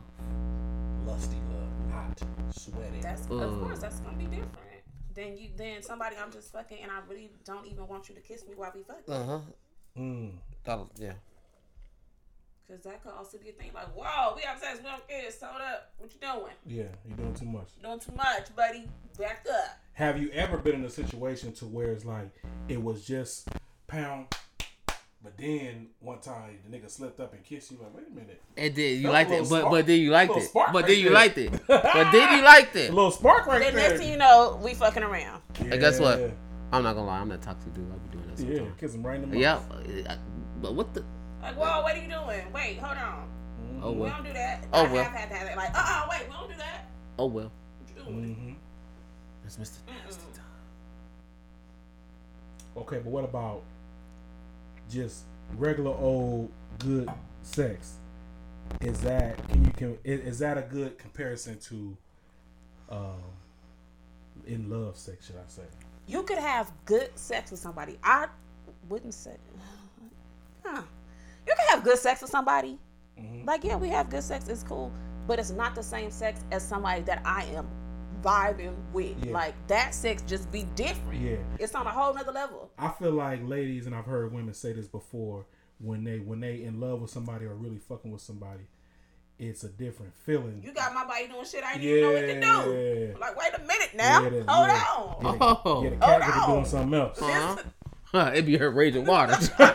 Speaker 1: lusty love, hot, sweaty.
Speaker 3: That's
Speaker 2: Uh.
Speaker 3: of course that's gonna be different. Then you then somebody I'm just fucking and I really don't even want you to kiss me while we fucking.
Speaker 2: Uh huh.
Speaker 1: Mm.
Speaker 2: That'll yeah.
Speaker 3: Cause that could also be a thing like, whoa, we have sex, we don't kiss, hold up, what you doing?
Speaker 1: Yeah, you're doing too much.
Speaker 3: Doing too much, buddy. Back up.
Speaker 1: Have you ever been in a situation to where it's like it was just pound, But then one time the nigga slipped up and kissed you. Like, wait a minute,
Speaker 2: And then you
Speaker 1: That's a
Speaker 2: liked it,
Speaker 1: little
Speaker 2: but
Speaker 1: spark.
Speaker 2: but then you liked
Speaker 1: Little
Speaker 2: it,
Speaker 1: spark
Speaker 2: but
Speaker 1: right
Speaker 2: then you
Speaker 1: there.
Speaker 2: liked it, [LAUGHS] but then you liked
Speaker 1: a
Speaker 2: it.
Speaker 1: little spark right
Speaker 3: Then
Speaker 1: there.
Speaker 3: next thing you know, we fucking around.
Speaker 2: And guess what?
Speaker 1: Yeah.
Speaker 2: I'm not gonna lie, I'm that toxic dude. I'll be doing that
Speaker 1: Yeah,
Speaker 2: sometimes.
Speaker 1: kiss him right in the mouth.
Speaker 2: Yeah, I- I- but what the?
Speaker 3: Like, whoa, what are you doing? Wait, hold on.
Speaker 1: Mhm.
Speaker 2: Oh
Speaker 3: We
Speaker 2: well,
Speaker 3: don't do that.
Speaker 2: Oh,
Speaker 3: I
Speaker 2: well.
Speaker 3: have had that. Like, uh-uh, wait, we don't do that.
Speaker 2: oh well.
Speaker 3: What you doing?
Speaker 1: Mhm.
Speaker 2: That's Mr. Nasty.
Speaker 3: Mm-mm.
Speaker 1: Okay, but what about just regular old good sex? Is that can you can is, is that a good comparison to um in love sex? Should I say?
Speaker 3: You could have good sex with somebody. I wouldn't say. [SIGHS] Huh. You can have good sex with somebody.
Speaker 1: Mhm.
Speaker 3: Like, yeah, we have good sex. It's cool. But it's not the same sex as somebody that I am vibing with.
Speaker 1: Yeah.
Speaker 3: Like, that sex just be different.
Speaker 1: Yeah,
Speaker 3: It's on a whole nother level.
Speaker 1: I feel like ladies, and I've heard women say this before when they when they in love with somebody or really fucking with somebody, it's a different feeling.
Speaker 3: You got my body doing shit I didn't even know what to do.
Speaker 1: Yeah.
Speaker 3: I'm like, wait a minute now.
Speaker 1: Yeah, that-
Speaker 3: Hold
Speaker 1: yeah.
Speaker 3: on.
Speaker 1: Yeah,
Speaker 2: Oh.
Speaker 1: yeah, the cat
Speaker 3: Hold
Speaker 1: could be
Speaker 3: on.
Speaker 1: doing something else.
Speaker 2: Huh? [LAUGHS] Huh, It'd Uh-huh. be her raging
Speaker 1: [LAUGHS]
Speaker 2: waters.
Speaker 3: Wait a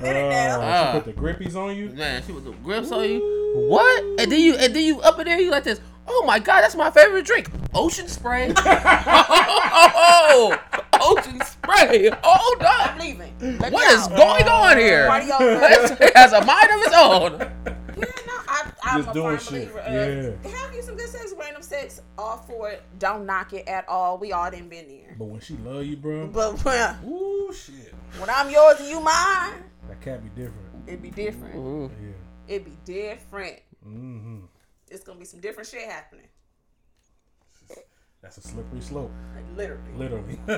Speaker 3: minute now.
Speaker 1: Uh, she put the grippies on you.
Speaker 2: Man, she was the grips on you. What? And then you and then you up in there, you like this. Oh my god, that's my favorite drink. Ocean
Speaker 1: [LAUGHS]
Speaker 2: spray. oh, ocean spray. Hold
Speaker 3: I'm
Speaker 2: up.
Speaker 3: leaving. Let
Speaker 2: What
Speaker 3: me
Speaker 2: is
Speaker 3: out.
Speaker 2: going on [LAUGHS]
Speaker 3: Party
Speaker 2: here?
Speaker 3: over.
Speaker 2: It has a mind of its own.
Speaker 3: Yeah, no, I, I'm
Speaker 1: Just
Speaker 3: a
Speaker 1: doing
Speaker 3: firm
Speaker 1: shit.
Speaker 3: believer. Of, Have you some good sex, random sex, all for it. Don't knock it at all. We all done been there.
Speaker 1: But when she love you, bro,
Speaker 3: But when,
Speaker 1: ooh shit,
Speaker 3: when I'm yours and you mine,
Speaker 1: that cat be different.
Speaker 3: it'd be different.
Speaker 2: Mhm.
Speaker 1: Yeah.
Speaker 3: It'd be different.
Speaker 1: Mm-hmm.
Speaker 3: It's gonna be some different shit happening.
Speaker 1: That's a slippery slope,
Speaker 3: Like literally.
Speaker 1: literally. [LAUGHS]
Speaker 2: [LAUGHS]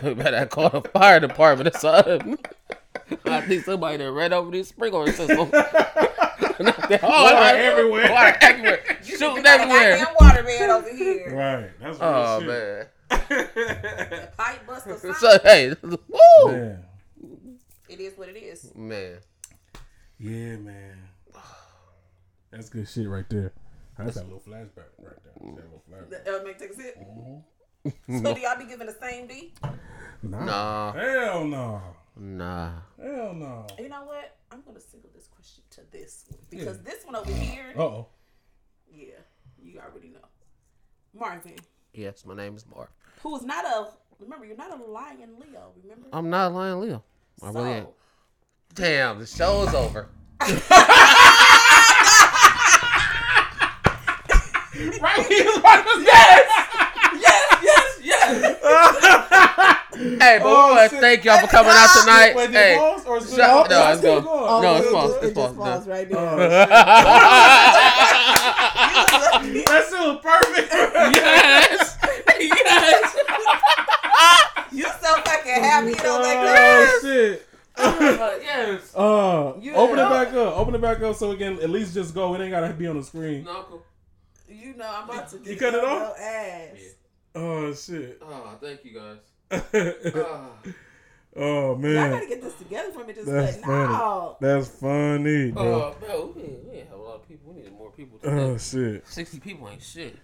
Speaker 2: Bro. Better call the fire department or something. I think somebody that ran over this
Speaker 1: [LAUGHS]
Speaker 2: sprinkler system. Knocked that- oh,
Speaker 1: Water
Speaker 2: like-
Speaker 1: everywhere.
Speaker 2: Water everywhere.
Speaker 1: [LAUGHS]
Speaker 2: Shooting
Speaker 3: Got a
Speaker 2: everywhere.
Speaker 3: goddamn water man over here.
Speaker 1: right. That's real
Speaker 2: Oh
Speaker 1: shit.
Speaker 2: man.
Speaker 3: A Pipe buster.
Speaker 2: So
Speaker 3: something.
Speaker 2: hey, woo, man.
Speaker 1: [LAUGHS] Man.
Speaker 3: It is what it is.
Speaker 1: Yeah, man. That's good shit right there. That's that little flashback right there. That little flashback.
Speaker 3: That uh, make take a sip. So do y'all be giving the same D?
Speaker 1: Nah.
Speaker 2: Mm-hmm. Nah,
Speaker 1: Hell no.
Speaker 2: nah.
Speaker 1: Hell no.
Speaker 3: You know what? I'm gonna single this question to this one because this one over here,
Speaker 1: Uh oh.
Speaker 3: yeah, you already know. Marvin,
Speaker 2: Yes, my name is Mark.
Speaker 3: who is not a remember, you're not a lion Leo. Remember?
Speaker 2: I'm not lying, Leo. Oh, I really ain't.
Speaker 3: So,
Speaker 2: Damn, the show's
Speaker 1: [LAUGHS]
Speaker 2: over.
Speaker 1: Right here, [LAUGHS] yes!
Speaker 3: [LAUGHS] yes, yes, yes.
Speaker 2: Hey, but
Speaker 1: Oh,
Speaker 2: we want to
Speaker 1: shit.
Speaker 2: thank y'all for coming out tonight.
Speaker 1: Wait, did it
Speaker 2: hey,
Speaker 1: pause or is it off?
Speaker 2: shout- no,
Speaker 1: Oh,
Speaker 2: it's
Speaker 1: still
Speaker 2: going.
Speaker 1: going.
Speaker 2: No,
Speaker 1: Oh,
Speaker 2: it's
Speaker 1: good,
Speaker 2: paused.
Speaker 1: good.
Speaker 2: It's paused.
Speaker 3: Pause Oh.
Speaker 2: No. [LAUGHS]
Speaker 3: right [LAUGHS]
Speaker 1: shit. That's so perfect. [LAUGHS]
Speaker 2: Yes, yes.
Speaker 3: [LAUGHS] you so fucking happy. You don't make
Speaker 1: Oh, shit.
Speaker 2: yes.
Speaker 1: Uh,
Speaker 2: Yeah.
Speaker 1: open it back up. Open it back up so it can at least just go. It ain't gotta be on the screen.
Speaker 2: Knuckle.
Speaker 3: You know I'm about to.
Speaker 1: You
Speaker 3: get
Speaker 1: cut it
Speaker 3: your
Speaker 1: off?
Speaker 3: Ass.
Speaker 1: Oh shit. [LAUGHS]
Speaker 2: Oh, thank you guys.
Speaker 1: Uh,
Speaker 2: Ah,
Speaker 1: oh
Speaker 3: Y'all gotta
Speaker 1: man,
Speaker 3: get this together for me. Just
Speaker 1: That's
Speaker 3: cutting
Speaker 1: funny.
Speaker 3: out.
Speaker 1: that's funny, bro.
Speaker 2: ah, Uh, man, we, need- we need have a lot of people. We need more people.
Speaker 1: Oh shit.
Speaker 2: Sixty people ain't shit.